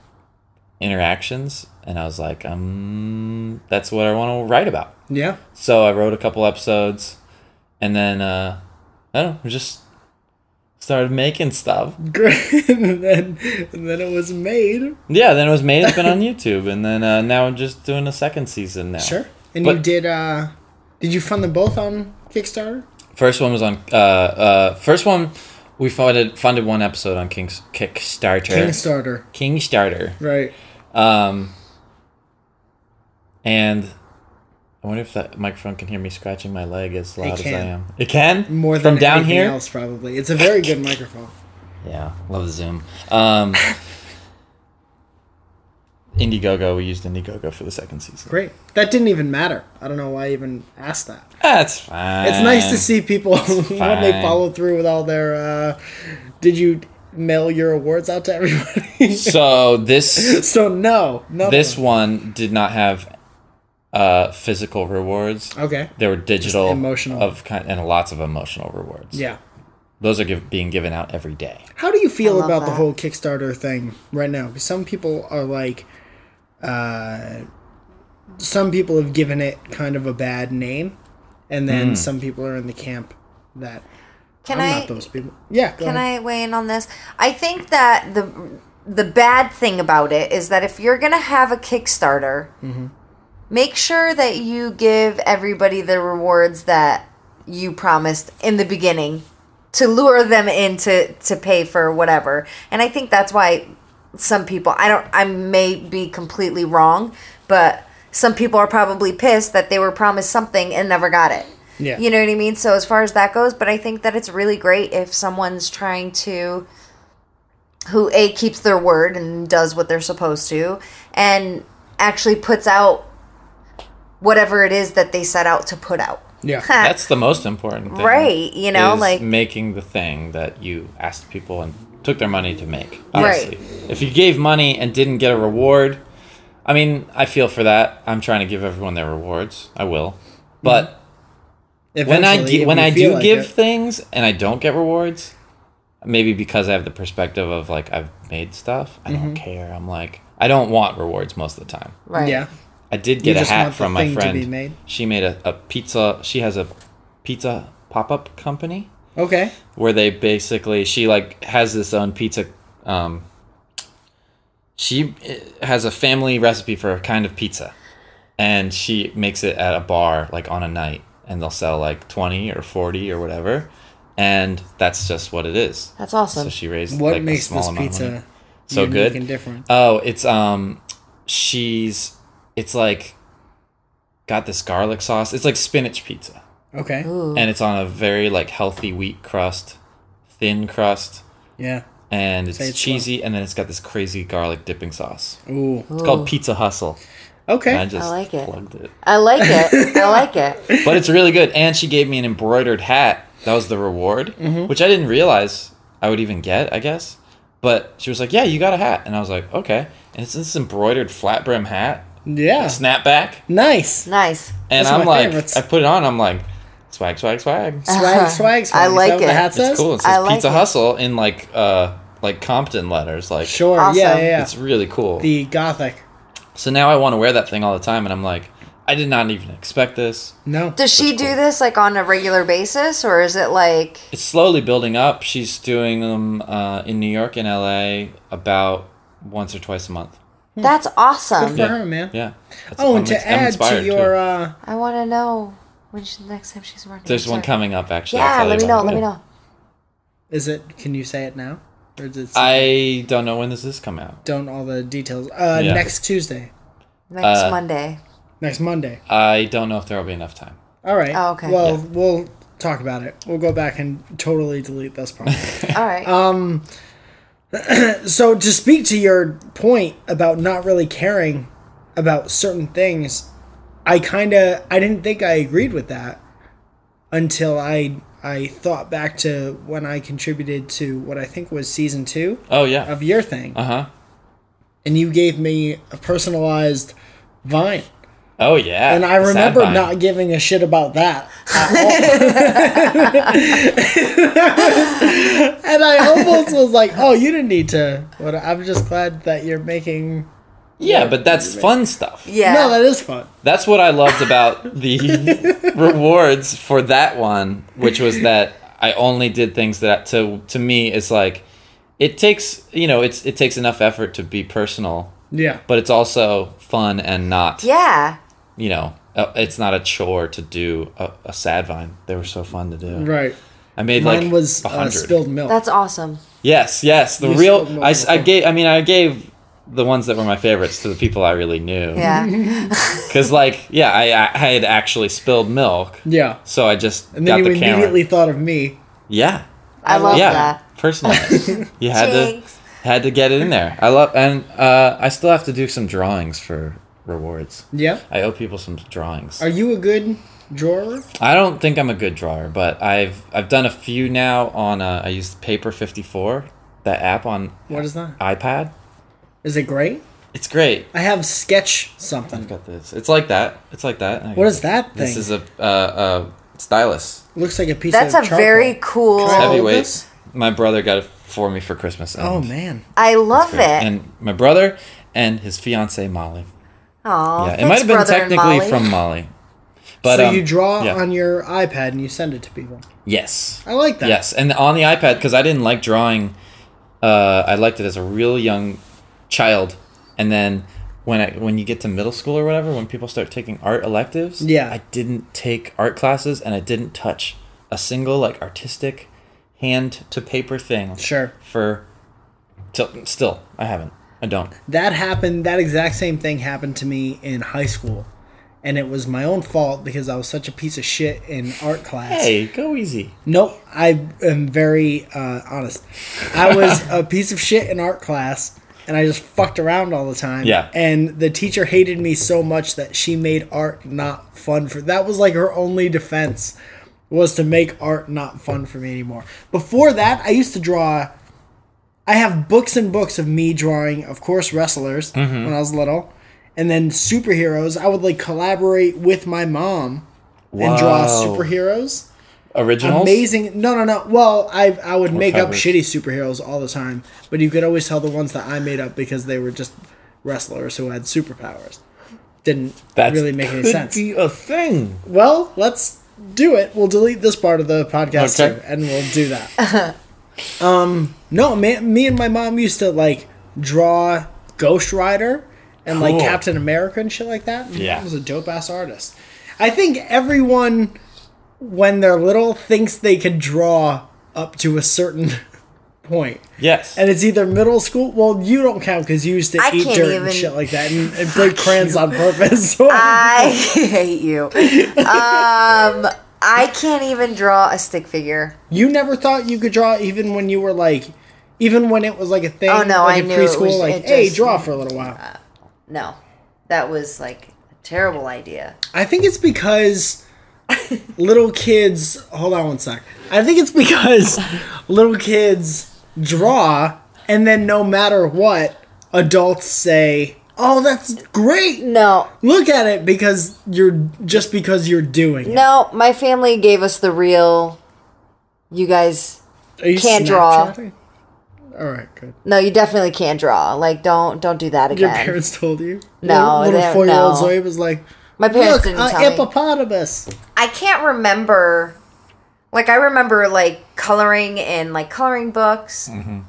Speaker 3: interactions and I was like, um, that's what I want to write about.
Speaker 2: yeah.
Speaker 3: So I wrote a couple episodes, and then uh, I don't know, just started making stuff.
Speaker 2: Great. and then and then it was made.
Speaker 3: Yeah, then it was made. It's been on YouTube, and then uh, now I'm just doing a second season now.
Speaker 2: Sure. And
Speaker 3: But-
Speaker 2: you did. uh Did you fund them both on Kickstarter?
Speaker 3: First one was on. Uh, uh, first one we funded funded one episode on King's Kickstarter.
Speaker 2: Kickstarter,
Speaker 3: Kickstarter.
Speaker 2: right?
Speaker 3: Um, and I wonder if that microphone can hear me scratching my leg as loud as I
Speaker 2: can.
Speaker 3: am. It can
Speaker 2: More than
Speaker 3: from down
Speaker 2: anything
Speaker 3: here.
Speaker 2: else, probably. It's a very good microphone.
Speaker 3: Yeah, love the Zoom. Um, Indiegogo, we used Indiegogo for the second season.
Speaker 2: Great. That didn't even matter. I don't know why I even asked that.
Speaker 3: That's fine.
Speaker 2: It's nice to see people when they
Speaker 3: Um, fine.
Speaker 2: follow through with all their. uh Did you mail your awards out to everybody?
Speaker 3: So this
Speaker 2: so no, no.
Speaker 3: this one did not have uh, physical rewards.
Speaker 2: Okay.
Speaker 3: There were digital,
Speaker 2: emotional.
Speaker 3: of kind, and lots of emotional rewards.
Speaker 2: Yeah.
Speaker 3: those are give, being given out every day.
Speaker 2: How do you
Speaker 1: I
Speaker 2: feel
Speaker 1: love
Speaker 2: about the
Speaker 1: that.
Speaker 2: whole Kickstarter thing right now? Because some people are like, uh, some people have given it kind of a bad name, and
Speaker 3: Hmm.
Speaker 2: then some people are in the camp that
Speaker 1: Can
Speaker 2: I'm
Speaker 1: I
Speaker 2: not those people. Yeah. Go
Speaker 1: can
Speaker 2: ahead.
Speaker 1: I weigh in on this? I think that the the bad thing about it is that if you're gonna have a Kickstarter,
Speaker 2: Mm-hmm.
Speaker 1: make sure that you give everybody the rewards that you promised in the beginning to lure them into to pay for whatever. And I think that's why some people I don't I may be completely wrong, but some people are probably pissed that they were promised something and never got it.
Speaker 2: Yeah.
Speaker 1: You know what I mean? So as far as that goes, but I think that it's really great if someone's trying to who a keeps their word and does what they're supposed to and actually puts out whatever it is that they set out to put out.
Speaker 2: Yeah.
Speaker 3: That's the most important thing.
Speaker 1: Right, you know,
Speaker 3: is
Speaker 1: like-
Speaker 3: making the thing that you asked people and took their money to make.
Speaker 1: Right.
Speaker 3: Honestly. If you gave money and didn't get a reward, I mean, I feel for that. I'm trying to give everyone their rewards. I will. But when I
Speaker 2: Eventually,
Speaker 3: gi-
Speaker 2: if
Speaker 3: when
Speaker 2: you
Speaker 3: I
Speaker 2: feel
Speaker 3: do
Speaker 2: like
Speaker 3: give
Speaker 2: it.
Speaker 3: things and I don't get rewards, maybe because I have the perspective of like I've made stuff, I
Speaker 2: Mm-hmm.
Speaker 3: don't care. I'm like I don't want rewards most of the time.
Speaker 1: Right.
Speaker 2: yeah.
Speaker 3: I did get a
Speaker 2: just
Speaker 3: hat
Speaker 2: want the
Speaker 3: from my
Speaker 2: thing to be
Speaker 3: friend.
Speaker 2: made.
Speaker 3: She made a, a pizza. She has a pizza pop up company
Speaker 2: Okay.
Speaker 3: where they basically she like has this own pizza. Um, she eh, has a family recipe for a kind of pizza, and she makes it at a bar like on a night, and they'll sell like twenty or forty or whatever, and that's just what it is.
Speaker 1: That's awesome.
Speaker 3: So she raised
Speaker 2: What
Speaker 3: like,
Speaker 2: makes
Speaker 3: a small
Speaker 2: this
Speaker 3: amount of money.
Speaker 2: pizza
Speaker 3: so
Speaker 2: unique
Speaker 3: good
Speaker 2: and different?
Speaker 3: Oh, it's um, she's it's like got this garlic sauce. It's like spinach pizza,
Speaker 2: Okay.
Speaker 3: and it's on a very like healthy wheat crust, thin crust,
Speaker 2: Yeah.
Speaker 3: and it's,
Speaker 2: it's
Speaker 3: cheesy, and then it's got this crazy garlic dipping sauce.
Speaker 2: Ooh.
Speaker 3: It's called Pizza Hustle.
Speaker 2: Okay.
Speaker 3: And I just
Speaker 1: like it.
Speaker 3: plugged it,
Speaker 1: I like it. I like it.
Speaker 3: but it's really good. And she gave me an embroidered hat. That was the reward, which I didn't realize I would even get. I guess. But she was like, "Yeah, you got a hat," and I was like, "Okay." And it's this embroidered flat brim hat,
Speaker 2: yeah.
Speaker 3: snapback,
Speaker 2: nice.
Speaker 1: Nice.
Speaker 3: and
Speaker 2: That's
Speaker 3: I'm
Speaker 2: my
Speaker 3: like,
Speaker 2: favorites.
Speaker 3: I put it on. I'm like, swag, swag, swag.
Speaker 2: Swag, swag, swag.
Speaker 1: Uh-huh. I
Speaker 2: Is that
Speaker 1: like
Speaker 2: what the
Speaker 1: it.
Speaker 2: hat
Speaker 1: It's
Speaker 2: says?
Speaker 3: It's cool. It
Speaker 1: Uh-huh. I
Speaker 3: says
Speaker 1: like
Speaker 3: Pizza
Speaker 1: it.
Speaker 3: Hustle in like uh like Compton letters. Like
Speaker 2: Sure.
Speaker 1: Awesome.
Speaker 2: Yeah, yeah, yeah.
Speaker 3: it's really cool.
Speaker 2: the gothic.
Speaker 3: so now I want to wear that thing all the time, and I'm like, I did not even expect this.
Speaker 2: No.
Speaker 1: Does she do this like on a regular basis or is it like
Speaker 3: It's slowly building up. She's doing them uh, in New York and L.A. about once or twice a month.
Speaker 1: that's awesome?
Speaker 2: For her, man.
Speaker 3: Yeah. That's-
Speaker 2: Oh,
Speaker 3: I'm
Speaker 2: and to
Speaker 3: ins- I'm
Speaker 2: add to
Speaker 3: inspired,
Speaker 2: your
Speaker 3: too.
Speaker 2: uh
Speaker 1: I want to know when she, next time she's running.
Speaker 3: There's
Speaker 1: I'm
Speaker 3: one
Speaker 1: sorry.
Speaker 3: coming up actually. I'll
Speaker 1: Yeah,
Speaker 3: tell
Speaker 1: let
Speaker 3: you
Speaker 1: me know.
Speaker 3: about
Speaker 1: Let
Speaker 3: it.
Speaker 1: me know.
Speaker 2: is it can you say it now? Or is it?
Speaker 3: I don't know when does this come out.
Speaker 2: don't all the details. Uh,
Speaker 3: Yeah.
Speaker 2: next Tuesday,
Speaker 1: Next
Speaker 3: Uh,
Speaker 1: Monday.
Speaker 2: next Monday.
Speaker 3: I don't know if there will be enough time.
Speaker 2: All right.
Speaker 1: Oh, okay.
Speaker 2: Well,
Speaker 3: Yeah.
Speaker 2: we'll talk about it. We'll go back and totally delete this part.
Speaker 1: All right.
Speaker 2: Um, so to speak to your point about not really caring about certain things, I kind of I didn't think I agreed with that until I I thought back to when I contributed to what I think was season 2
Speaker 3: Oh yeah.
Speaker 2: of your thing
Speaker 3: Uh huh.
Speaker 2: and you gave me a personalized vine
Speaker 3: Oh yeah.
Speaker 2: and I
Speaker 3: The sad
Speaker 2: remember
Speaker 3: vine.
Speaker 2: not giving a shit about that. At all. and I almost was like, "Oh, you didn't need to." But I'm just glad that you're making.
Speaker 3: Yeah, but that's fun stuff.
Speaker 1: yeah.
Speaker 2: No, that is fun.
Speaker 3: That's what I loved about the rewards for that one, which was that I only did things that to to me it's like it takes you know it's it takes enough effort to be personal,
Speaker 2: Yeah.
Speaker 3: but it's also fun and not
Speaker 1: yeah.
Speaker 3: you know uh, it's not a chore to do a, a sad vine. They were so fun to do.
Speaker 2: Right.
Speaker 3: I made
Speaker 2: Mine
Speaker 3: like
Speaker 2: was
Speaker 3: was
Speaker 2: uh,
Speaker 3: hundred.
Speaker 2: spilled milk.
Speaker 1: That's awesome.
Speaker 3: Yes, yes. The
Speaker 2: You spilled
Speaker 3: real.
Speaker 2: more
Speaker 3: I, s- I
Speaker 2: milk.
Speaker 3: gave. I mean, I gave the ones that were my favorites to the people I really knew.
Speaker 1: Yeah.
Speaker 3: Because like, yeah, I, I I had actually spilled milk,
Speaker 2: yeah.
Speaker 3: so I just
Speaker 2: And
Speaker 3: got
Speaker 2: then you
Speaker 3: the camera.
Speaker 2: immediately thought of me.
Speaker 3: Yeah,
Speaker 1: I love
Speaker 3: yeah.
Speaker 1: that.
Speaker 3: Personalized. you had
Speaker 1: Jinx.
Speaker 3: to had to get it in there. I love, and uh, I still have to do some drawings for rewards.
Speaker 2: Yeah.
Speaker 3: I owe people some drawings.
Speaker 2: Are you a good drawer?
Speaker 3: I don't think I'm a good drawer, but I've I've done a few now on. Uh, I used Paper Fifty Four, that app on
Speaker 2: What is that?
Speaker 3: iPad.
Speaker 2: Is it great?
Speaker 3: It's great.
Speaker 2: I have sketch something.
Speaker 3: I've got this. It's like that. It's like that. I
Speaker 2: What
Speaker 3: got
Speaker 2: is that
Speaker 3: This
Speaker 2: thing?
Speaker 3: is a uh, uh, stylus.
Speaker 2: Looks like a piece
Speaker 1: That's
Speaker 2: of
Speaker 1: a very cool.
Speaker 2: charcoal. Can I hold
Speaker 3: Heavyweight.
Speaker 2: this?
Speaker 3: My brother got it for me for Christmas. And
Speaker 2: Oh, Oh man.
Speaker 1: I love it.
Speaker 3: And my brother and his fiance Molly.
Speaker 1: Aw,
Speaker 3: yeah, it
Speaker 1: Oh, thanks,
Speaker 3: might have been
Speaker 1: brother and
Speaker 3: technically
Speaker 1: Molly.
Speaker 3: from Molly. But
Speaker 2: so
Speaker 3: um,
Speaker 2: you draw
Speaker 3: yeah.
Speaker 2: on Oh, your iPad and you send it to people.
Speaker 3: Yes.
Speaker 2: I like that.
Speaker 3: Yes, and on the iPad because I didn't like drawing. Uh, I liked it as a real young child, and then when I when you get to middle school or whatever, when people start taking art electives,
Speaker 2: Yeah.
Speaker 3: I didn't take art classes and I didn't touch a single like artistic hand to paper thing.
Speaker 2: Sure.
Speaker 3: For till still, I haven't. I don't.
Speaker 2: That happened. That exact same thing happened to me in high school, and it was my own fault because I was such a piece of shit in art class.
Speaker 3: Hey, go easy.
Speaker 2: Nope, I am very uh, honest. I was a piece of shit in art class, and I just fucked around all the time.
Speaker 3: Yeah.
Speaker 2: And the teacher hated me so much that she made art not fun for. That was like her only defense was to make art not fun for me anymore. Before that, I used to draw. I have books and books of me drawing, of course, wrestlers when I was little, and then superheroes. I would like collaborate with my mom and draw
Speaker 3: Wow.
Speaker 2: superheroes
Speaker 3: Originals.
Speaker 2: amazing. No, no, no. Well, I I would make up
Speaker 3: covers.
Speaker 2: shitty superheroes all the time, but you could always tell the ones that I made up because they were just wrestlers who had superpowers. Didn't
Speaker 3: That
Speaker 2: really make any
Speaker 3: could
Speaker 2: sense.
Speaker 3: Be a thing.
Speaker 2: Well, let's do it. We'll delete this part of the podcast
Speaker 3: Okay.
Speaker 2: too, and we'll do that. um, no, man. Me and my mom used to like draw Ghost Rider and like
Speaker 3: Cool.
Speaker 2: Captain America and shit like that. My
Speaker 3: Yeah.
Speaker 2: mom was a dope ass artist. I think everyone, when they're little, thinks they can draw up to a certain point.
Speaker 3: Yes.
Speaker 2: And it's either middle school. Well, you don't count because you used to
Speaker 1: I
Speaker 2: eat
Speaker 1: can't
Speaker 2: dirt
Speaker 1: even-
Speaker 2: and shit like that, and, and break crayons on purpose. So
Speaker 1: I hate you. Um, I can't even draw a stick figure.
Speaker 2: You never thought you could draw even when you were like, even when it was like a thing.
Speaker 1: Oh, no,
Speaker 2: like
Speaker 1: I
Speaker 2: in
Speaker 1: knew it
Speaker 2: preschool,
Speaker 1: was-
Speaker 2: like
Speaker 1: it
Speaker 2: hey,
Speaker 1: just- Uh.
Speaker 2: draw for a little while.
Speaker 1: No, that was like a terrible idea.
Speaker 2: I think it's because little kids. Hold on one sec. I think it's because little kids draw, and then no matter what, adults say, "Oh, that's great."
Speaker 1: No,
Speaker 2: Look at it because you're just because you're doing. It.
Speaker 1: no, my family gave us the real. You guys,
Speaker 2: Are you
Speaker 1: Can't draw.
Speaker 2: Snapchatting? All right, good.
Speaker 1: no, you definitely can't draw. Like, don't, don't do that
Speaker 2: Your
Speaker 1: again.
Speaker 2: parents told you?
Speaker 1: No, they-
Speaker 2: Little, little four year old
Speaker 1: no.
Speaker 2: Zoe was like,
Speaker 1: My parents
Speaker 2: Look, uh,
Speaker 1: didn't
Speaker 2: a
Speaker 1: tell me.
Speaker 2: hippopotamus.
Speaker 1: I can't remember. Like I remember like coloring in like coloring books.
Speaker 3: Mm-hmm.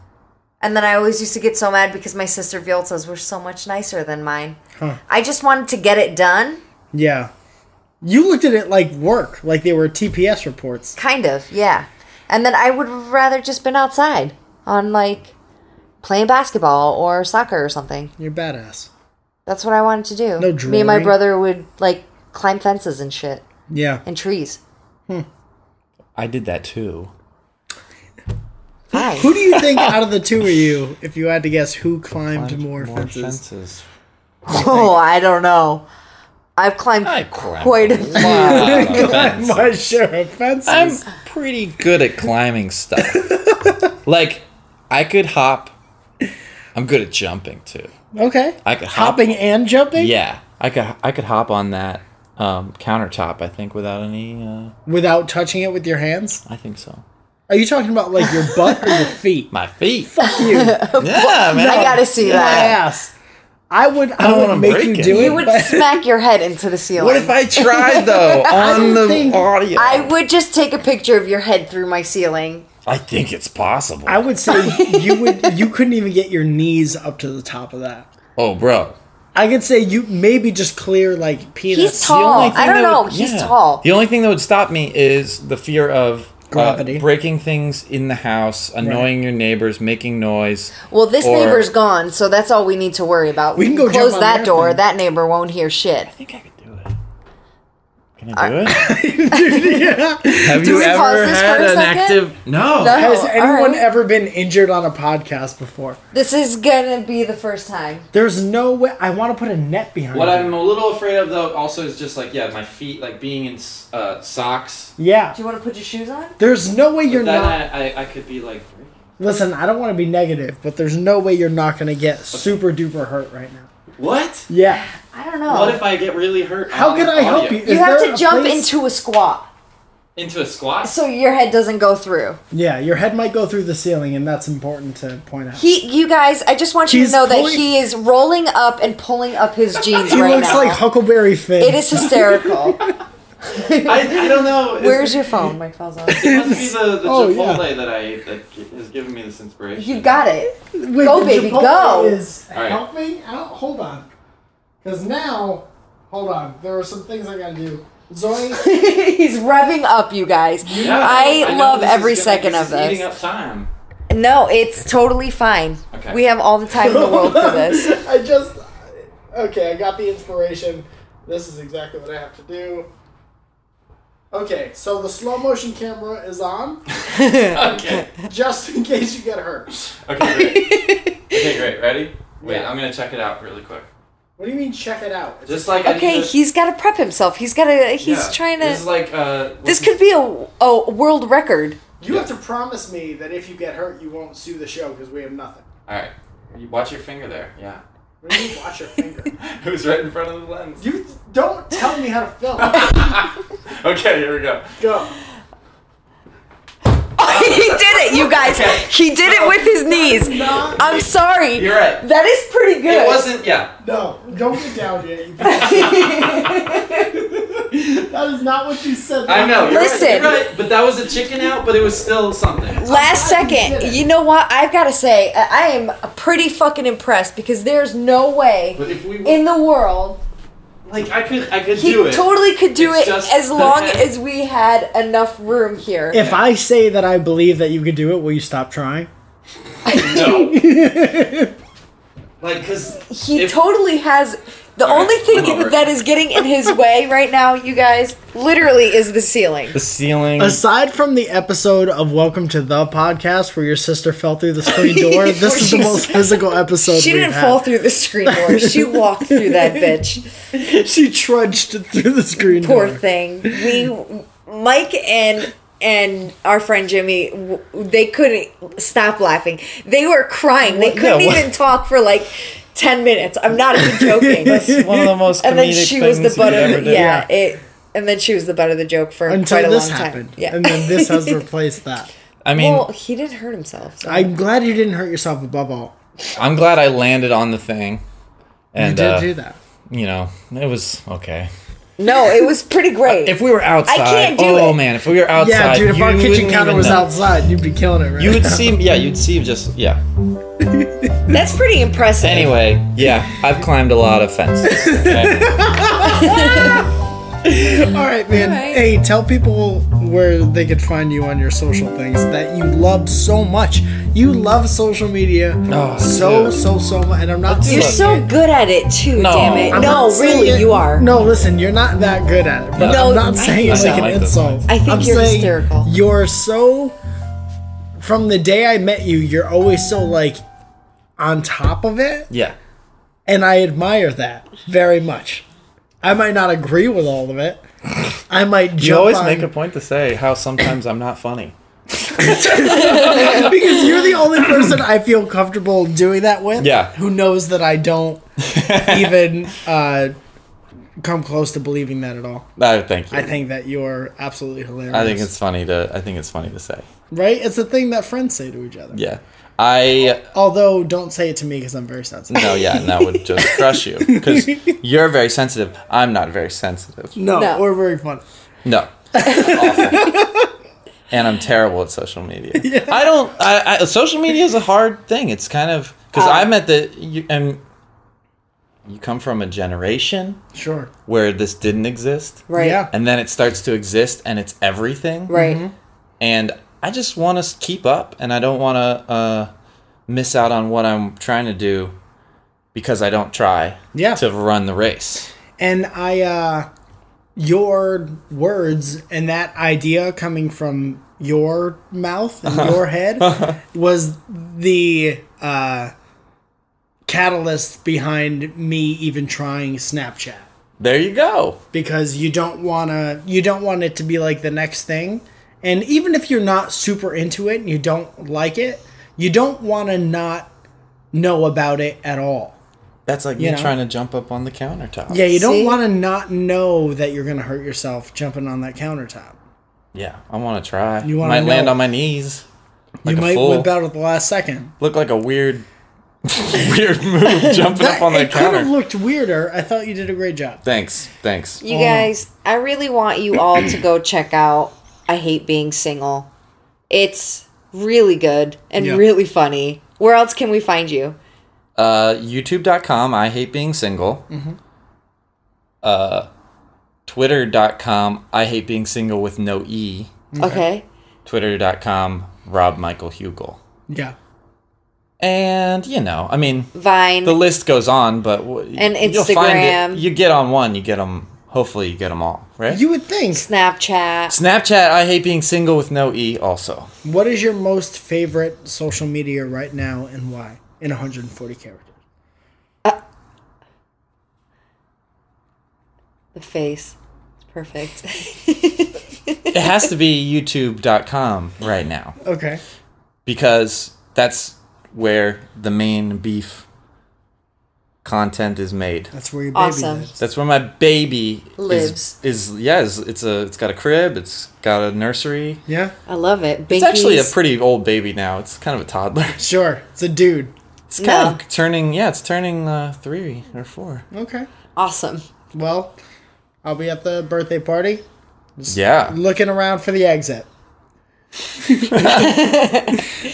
Speaker 1: And then I always used to get so mad because my sister Vielta's were so much nicer than mine. I just wanted to get it done,
Speaker 2: Yeah. You looked at it like work, like they were TPS reports.
Speaker 1: kind of, yeah. And then I would rather just been outside on like playing basketball or soccer or something.
Speaker 2: You're badass.
Speaker 1: That's what I wanted to do.
Speaker 2: No
Speaker 1: Me and my
Speaker 2: drawing.
Speaker 1: brother would like climb fences and shit
Speaker 2: Yeah.
Speaker 1: and trees.
Speaker 3: I did that too.
Speaker 1: Fine.
Speaker 2: Who do you think out of the two of you, if you had to guess who climbed, more, fences?
Speaker 3: fences.
Speaker 1: oh, I don't know. I've climbed
Speaker 3: I climbed
Speaker 1: quite a
Speaker 3: a
Speaker 1: few.
Speaker 3: lot of fences.
Speaker 2: My share of fences.
Speaker 3: I'm pretty good at climbing stuff. like, I could hop. I'm good at jumping too.
Speaker 2: okay.
Speaker 3: I could hop.
Speaker 2: Hopping and jumping?
Speaker 3: Yeah, I could. I could hop on that um, countertop. I think without any. Uh,
Speaker 2: Without touching it with your hands?
Speaker 3: I think so.
Speaker 2: Are you talking about like your butt or your feet?
Speaker 3: My feet.
Speaker 2: Fuck you.
Speaker 3: Yeah, man.
Speaker 1: I gotta see
Speaker 2: My
Speaker 1: that.
Speaker 2: ass. I would I,
Speaker 3: don't
Speaker 2: would
Speaker 3: wanna
Speaker 2: make
Speaker 3: break
Speaker 2: you
Speaker 3: it.
Speaker 2: do it.
Speaker 3: You
Speaker 1: You would
Speaker 2: but-
Speaker 1: smack your head into the ceiling.
Speaker 3: What if I tried though on the
Speaker 2: think-
Speaker 3: audio?
Speaker 1: I would just take a picture of your head through my ceiling.
Speaker 3: I think it's possible.
Speaker 2: I would say you would you couldn't even get your knees up to the top of that.
Speaker 3: oh, bro.
Speaker 2: I could say you maybe just clear like peanuts.
Speaker 1: He's tall. I don't
Speaker 3: that
Speaker 1: know.
Speaker 3: would-
Speaker 1: He's
Speaker 3: yeah.
Speaker 1: tall.
Speaker 3: The only thing that would stop me is the fear of uh,
Speaker 2: Gravity.
Speaker 3: breaking things in the house, annoying your neighbors, making noise.
Speaker 1: Well, this
Speaker 3: or-
Speaker 1: neighbor's gone, so that's all we need to worry about. We
Speaker 2: can go jump
Speaker 1: close
Speaker 2: on
Speaker 1: that
Speaker 2: their
Speaker 1: door.
Speaker 2: thing.
Speaker 1: That neighbor won't hear shit.
Speaker 3: I think I could do it. Can I do it? Have
Speaker 1: Do
Speaker 3: you
Speaker 1: we pause
Speaker 3: ever
Speaker 1: this for
Speaker 3: had
Speaker 1: a
Speaker 3: an
Speaker 1: second?
Speaker 3: active? No.
Speaker 1: No.
Speaker 2: Has
Speaker 1: Oh,
Speaker 2: anyone
Speaker 1: alright.
Speaker 2: ever been injured on a podcast before?
Speaker 1: This is gonna be the first time.
Speaker 2: There's no way. I want to put a net behind.
Speaker 3: What
Speaker 2: it.
Speaker 3: I'm a little afraid of though, also, is just like yeah, my feet, like being in s- uh, socks.
Speaker 2: yeah.
Speaker 1: Do you want to put your shoes on?
Speaker 2: There's no way you're
Speaker 3: Then
Speaker 2: not.
Speaker 3: I, I, I could be like. breaking-
Speaker 2: Listen, I don't want to be negative, but there's no way you're not gonna get super duper hurt right now.
Speaker 3: What?
Speaker 2: Yeah.
Speaker 1: I don't know.
Speaker 3: What if I get really hurt?
Speaker 2: How
Speaker 3: on
Speaker 2: can I help
Speaker 3: audio?
Speaker 2: you?
Speaker 1: you
Speaker 2: Is
Speaker 1: have
Speaker 2: there
Speaker 1: to
Speaker 2: a
Speaker 1: jump
Speaker 2: place-
Speaker 1: into a squat
Speaker 3: Into a squat?
Speaker 1: so your head doesn't go through.
Speaker 2: Yeah, your head might go through the ceiling, and that's important to point out.
Speaker 1: He, you guys, I just want you
Speaker 2: He's
Speaker 1: to know that
Speaker 2: pulling-
Speaker 1: he is rolling up and pulling up his jeans
Speaker 2: He
Speaker 1: right
Speaker 2: looks
Speaker 1: now.
Speaker 2: like Huckleberry Finn.
Speaker 1: it is hysterical.
Speaker 3: I, I don't know. It's-
Speaker 1: Where's your phone? My phone's on.
Speaker 3: It must be the, the
Speaker 2: Oh, yeah.
Speaker 3: Chipotle that I ate that gi- has given me this inspiration.
Speaker 1: You've got it.
Speaker 2: Wait,
Speaker 1: Go,
Speaker 2: the
Speaker 1: baby,
Speaker 2: Chipotle
Speaker 1: go.
Speaker 2: Is,
Speaker 3: Alright.
Speaker 2: Help me out. Hold on, because now, hold on. There are some things I gotta do. Zoe,
Speaker 1: He's revving up, you guys.
Speaker 3: Yeah,
Speaker 1: I,
Speaker 3: know
Speaker 1: love
Speaker 3: this is
Speaker 1: every
Speaker 3: gonna-
Speaker 1: second
Speaker 3: this
Speaker 1: of
Speaker 3: is
Speaker 1: this.
Speaker 3: Eating up time.
Speaker 1: No, it's totally fine.
Speaker 3: Okay.
Speaker 1: We have all the time in the world for this.
Speaker 2: I just okay. I got the inspiration. This is exactly what I have to do. Okay, so the slow motion camera is on,
Speaker 3: Okay.
Speaker 2: just in case you get hurt.
Speaker 3: Okay. Great. okay. Great. Ready? Wait, I'm gonna check it out really quick.
Speaker 2: What do you mean? Check it out.
Speaker 3: Just like I
Speaker 1: Okay,
Speaker 3: need to-
Speaker 1: he's got to prep himself. He's got to. He's
Speaker 3: yeah,
Speaker 1: trying to.
Speaker 3: This
Speaker 1: This,
Speaker 3: is like uh. what's
Speaker 1: could be a, a world record.
Speaker 2: You have to promise me that if you get hurt, you won't sue the show because we have nothing.
Speaker 3: this- All right. You watch your finger there. Yeah.
Speaker 2: What do you mean, watch your finger?
Speaker 3: It was right in front of the lens.
Speaker 2: You don't tell me how to film.
Speaker 3: Okay. Here we go.
Speaker 2: Go.
Speaker 1: he did it, you guys.
Speaker 3: Okay.
Speaker 1: He did it with his knees.
Speaker 2: No,
Speaker 1: I'm sorry.
Speaker 3: You're right.
Speaker 1: That is pretty good.
Speaker 3: It wasn't. Yeah.
Speaker 2: no, don't get down yet. You that is not what you said.
Speaker 3: I know. You're Right,
Speaker 1: Listen.
Speaker 3: you're right. But that was a chicken out. But it was still something.
Speaker 1: Last
Speaker 2: I'm glad you did
Speaker 1: second,
Speaker 2: it.
Speaker 1: you know what? I've got to say, I I am pretty fucking impressed because there's no way
Speaker 3: But if we
Speaker 1: in the world
Speaker 3: like, I could I could
Speaker 1: He
Speaker 3: do it.
Speaker 1: totally could do
Speaker 3: It's
Speaker 1: it
Speaker 3: just
Speaker 1: as
Speaker 3: the
Speaker 1: long
Speaker 3: head.
Speaker 1: as we had enough room here.
Speaker 2: If I say that I believe that you could do it, will you stop trying?
Speaker 3: No. like, cause
Speaker 1: he
Speaker 3: if-
Speaker 1: totally has. The
Speaker 3: All right,
Speaker 1: only thing
Speaker 3: I'm over it.
Speaker 1: that is getting in his way right now, you guys, literally is the ceiling.
Speaker 3: the ceiling.
Speaker 2: Aside from the episode of Welcome to the Podcast where your sister fell through the screen door, this is the most physical episode.
Speaker 1: She
Speaker 2: we've
Speaker 1: didn't
Speaker 2: had.
Speaker 1: fall through the screen door. She walked through that bitch.
Speaker 2: She trudged through the screen
Speaker 1: Poor
Speaker 2: door.
Speaker 1: thing. We, Mike and and our friend Jimmy, w- they couldn't stop laughing. They were crying. They
Speaker 2: What-
Speaker 1: couldn't
Speaker 2: yeah, what-
Speaker 1: even talk for like ten minutes. I'm not even joking.
Speaker 3: one of the most
Speaker 1: and then she was the butt of the, yeah,
Speaker 2: Yeah.
Speaker 1: it and then she was the butt of the joke for quite
Speaker 2: Until
Speaker 1: a
Speaker 2: this
Speaker 1: long
Speaker 2: happened.
Speaker 1: time yeah
Speaker 2: And then this has replaced that.
Speaker 3: I mean,
Speaker 1: well he didn't hurt himself so.
Speaker 2: I'm glad you didn't hurt yourself above all.
Speaker 3: I'm glad I landed on the thing.
Speaker 2: You
Speaker 3: And,
Speaker 2: did
Speaker 3: uh,
Speaker 2: do that.
Speaker 3: you know, it was okay.
Speaker 1: no it was pretty great
Speaker 3: If we were outside,
Speaker 1: can't do
Speaker 3: oh
Speaker 1: it.
Speaker 3: man, if we were outside,
Speaker 2: Yeah, dude, if
Speaker 3: you
Speaker 2: our kitchen
Speaker 3: wouldn't
Speaker 2: counter
Speaker 3: even
Speaker 2: was
Speaker 3: know.
Speaker 2: outside, you'd be killing it, right?
Speaker 3: you would see, yeah, you'd see just, yeah.
Speaker 1: that's pretty impressive
Speaker 3: Anyway, yeah, I've climbed a lot of fences. okay?
Speaker 2: All right, man.
Speaker 1: All right.
Speaker 2: Hey, tell people where they could find you on your social things that you love so much. You love social media
Speaker 3: Oh,
Speaker 2: so
Speaker 3: dude.
Speaker 2: so so much, and I'm not.
Speaker 1: You're
Speaker 2: saying
Speaker 1: so
Speaker 2: it-
Speaker 1: good at it too,
Speaker 3: No.
Speaker 1: damn it.
Speaker 3: I'm
Speaker 2: I'm
Speaker 1: no,
Speaker 2: not saying
Speaker 1: really,
Speaker 2: it-
Speaker 1: you are.
Speaker 2: No, listen, you're not that good at it. But
Speaker 1: No,
Speaker 2: I'm not
Speaker 1: I
Speaker 2: saying
Speaker 1: think
Speaker 2: it's
Speaker 1: you
Speaker 2: like an
Speaker 3: are. I don't like
Speaker 2: insult.
Speaker 1: I think
Speaker 2: I'm
Speaker 1: you're
Speaker 2: saying
Speaker 1: hysterical.
Speaker 2: You're so. From the day I met you, you're always so like on top of it,
Speaker 3: Yeah.
Speaker 2: and I admire that very much. I might not agree with all of it. I might jump
Speaker 3: You always
Speaker 2: on-
Speaker 3: make a point to say how sometimes I'm not funny.
Speaker 2: because you're the only person I feel comfortable doing that with.
Speaker 3: Yeah.
Speaker 2: Who knows that I don't even uh, come close to believing that at all.
Speaker 3: I thank you.
Speaker 2: I think that you're absolutely hilarious.
Speaker 3: I think it's funny to I think it's funny to say.
Speaker 2: right. It's a thing that friends say to each other.
Speaker 3: Yeah. I
Speaker 2: Although, don't say it to me because I'm very sensitive.
Speaker 3: no yeah, and that would just crush you cuz you're very sensitive. I'm not very sensitive.
Speaker 2: No,
Speaker 1: No.
Speaker 2: we're very funny.
Speaker 3: No. Awful. and I'm terrible at social media. I don't. I, I social media is a hard thing. It's kind of because
Speaker 1: Oh.
Speaker 3: I'm at the you, and you come from a generation
Speaker 2: Sure.
Speaker 3: where this didn't exist,
Speaker 1: Right.
Speaker 2: Yeah.
Speaker 3: and then it starts to exist, and it's everything.
Speaker 1: Right.
Speaker 3: And I just want to keep up, and I don't want to uh, miss out on what I'm trying to do because I don't try
Speaker 2: Yeah.
Speaker 3: to run the race.
Speaker 2: And I, uh, your words and that idea coming from your mouth and your head was the uh, catalyst behind me even trying Snapchat
Speaker 3: There you go.
Speaker 2: because you don't wanna you don't want it to be like the next thing. And even if you're not super into it and you don't like it, you don't want to not know about it at all.
Speaker 3: That's like me
Speaker 2: know?
Speaker 3: trying to jump up on the countertop.
Speaker 2: Yeah, you don't
Speaker 1: See?
Speaker 2: want to not know that you're going to hurt yourself jumping on that countertop.
Speaker 3: Yeah, I want to try.
Speaker 2: You
Speaker 3: You
Speaker 2: wanna
Speaker 3: might land
Speaker 2: know.
Speaker 3: on my knees. Like
Speaker 2: you
Speaker 3: a
Speaker 2: might
Speaker 3: fool.
Speaker 2: whip out at the last second.
Speaker 3: Look like a weird, weird move jumping up on the
Speaker 2: it could have
Speaker 3: counter.
Speaker 2: looked weirder. I thought you did a great job.
Speaker 3: thanks, thanks.
Speaker 1: You guys, I really want you all to go check out I Hate Being Single. It's really good and
Speaker 2: Yeah.
Speaker 1: really funny. Where else can we find you?
Speaker 3: Uh, YouTube.com. I hate being single.
Speaker 1: Mm-hmm.
Speaker 3: Uh, Twitter.com. I hate being single with no e.
Speaker 1: Okay.
Speaker 3: Twitter.com. Rob Michael Hugel.
Speaker 2: Yeah.
Speaker 3: And you know, I mean,
Speaker 1: Vine.
Speaker 3: the list goes on, but w-
Speaker 1: And
Speaker 3: you'll find it.
Speaker 1: Instagram.
Speaker 3: You get on one, you get them. Hopefully, you get them all. Right?
Speaker 2: You would think.
Speaker 1: Snapchat.
Speaker 3: Snapchat. I hate being single with no e. Also.
Speaker 2: What is your most favorite social media right now and why? In 140 characters.
Speaker 1: The face. It's perfect.
Speaker 3: it has to be youtube.com right now
Speaker 2: Okay.
Speaker 3: because that's where the main beef content is made
Speaker 2: That's where your baby
Speaker 1: Awesome.
Speaker 2: lives.
Speaker 3: that's where my baby is-
Speaker 1: Lives.
Speaker 3: is, yeah is, it's a it's got a crib it's got a nursery
Speaker 2: Yeah?
Speaker 1: I love it.
Speaker 3: it's actually a
Speaker 1: Binkies.
Speaker 3: pretty old baby now it's kind of a toddler
Speaker 2: Sure. It's a dude.
Speaker 3: it's kind
Speaker 1: No.
Speaker 3: of turning yeah it's turning uh, three or four
Speaker 2: Okay.
Speaker 1: awesome.
Speaker 2: Well, I'll be at the birthday party
Speaker 3: yeah
Speaker 2: looking around for the exit.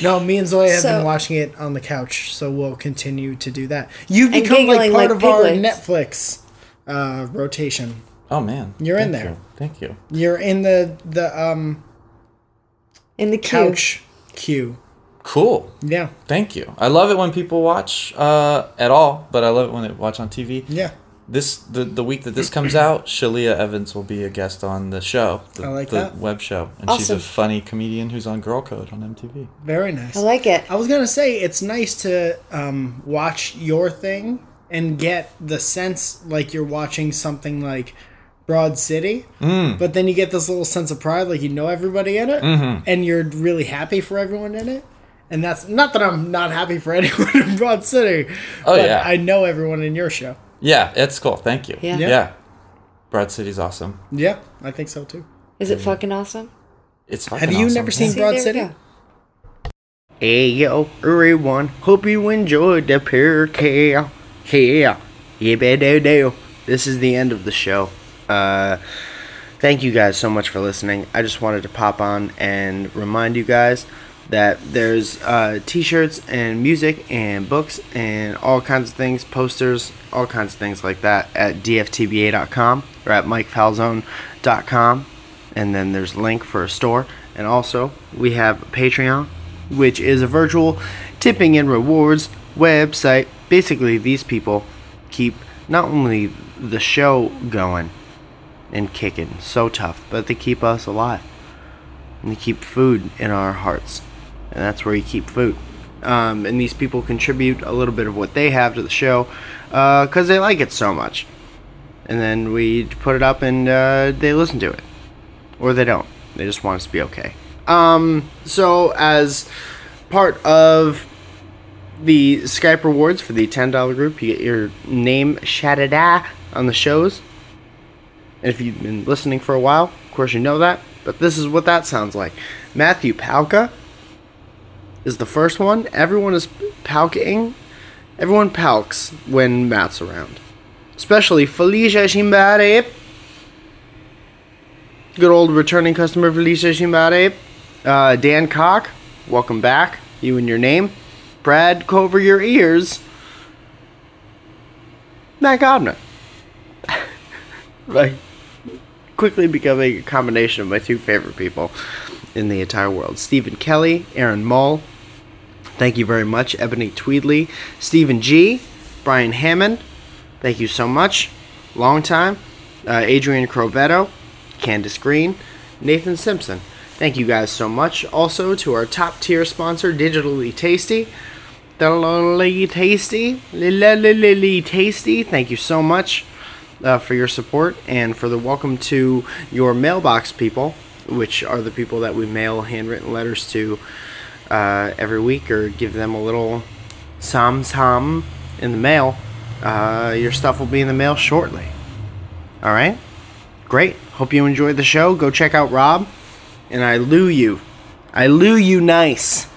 Speaker 2: no, me and Zoya have
Speaker 1: So-
Speaker 2: been watching it on the couch, so we'll continue to do that. You've
Speaker 1: And
Speaker 2: become like
Speaker 1: giggling like
Speaker 2: part of our Netflix
Speaker 1: piglets.
Speaker 2: uh, rotation.
Speaker 3: oh man
Speaker 2: You're in
Speaker 3: Thank
Speaker 2: there.
Speaker 3: you. thank you
Speaker 2: You're in the the um,
Speaker 1: In the queue.
Speaker 2: couch queue.
Speaker 3: cool
Speaker 2: Yeah,
Speaker 3: thank you i love it when people watch uh, at all but i love it when they watch on tv
Speaker 2: yeah.
Speaker 3: this the, the week that this comes out, Shalia Evans will be a guest on the show, the,
Speaker 2: I like
Speaker 3: the
Speaker 2: that.
Speaker 3: web show, and she's a
Speaker 1: Awesome.
Speaker 3: funny comedian who's on Girl Code on MTV.
Speaker 2: Very nice.
Speaker 1: I like it.
Speaker 2: I was gonna say it's nice to um, watch your thing and get the sense like you're watching something like Broad City,
Speaker 3: Mm.
Speaker 2: but then you get this little sense of pride, like you know everybody in it,
Speaker 3: Mm-hmm.
Speaker 2: and you're really happy for everyone in it. And that's not that I'm not happy for anyone in Broad City.
Speaker 3: Oh,
Speaker 2: but
Speaker 3: yeah.
Speaker 2: I know everyone in your show.
Speaker 3: Yeah, it's cool. Thank you.
Speaker 1: Yeah.
Speaker 2: Yeah.
Speaker 3: yeah. Broad City's awesome.
Speaker 2: Yeah, I think so too.
Speaker 1: Is it fucking awesome?
Speaker 3: It's fucking
Speaker 2: Have you
Speaker 3: awesome.
Speaker 2: never seen
Speaker 1: See,
Speaker 2: Mm. Broad
Speaker 1: there we
Speaker 2: City?
Speaker 1: go.
Speaker 4: Hey yo, everyone, hope you enjoyed the pure kale. Yeah, yeah, This is the end of the show. Uh, thank you guys so much for listening. I just wanted to pop on and remind you guys that there's uh, t-shirts and music and books and all kinds of things, posters, all kinds of things like that at dftba.com or at mikefalzone.com. And then there's a link for a store. And also, we have Patreon, which is a virtual tipping and rewards website. Basically, these people keep not only the show going and kicking so tough, but they keep us alive and they keep food in our hearts and that's where you keep food um, and these people contribute a little bit of what they have to the show because they like it so much and then we put it up and uh, they listen to it or they don't they just want us to be okay um, so as part of the skype rewards for the $10 group you get your name shouted out on the shows and if you've been listening for a while, of course you know that. But this is what that sounds like. Matthew Palka is the first one. Everyone is palking. Everyone palks when Matt's around. Especially Felicia Shimbare. Good old returning customer Felicia Shimbare. Uh, Dan Cock, welcome back. You and your name. Brad, cover your ears. Matt Godner like quickly becoming a combination of my two favorite people in the entire world Stephen Kelly, Aaron Mull. Thank you very much, Ebony Tweedley, Stephen G, Brian Hammond. Thank you so much. Long time. Uh, Adrian Crovetto, Candace Green, Nathan Simpson. Thank you guys so much. Also to our top tier sponsor, Digitally Tasty. Digitally Tasty. Lily Tasty. Thank you so much uh, for your support and for the welcome to your mailbox people, which are the people that we mail handwritten letters to uh, every week or give them a little som som in the mail. Uh, your stuff will be in the mail shortly. All right? Great. Hope you enjoyed the show. Go check out Rob. And I loo you. I loo you nice.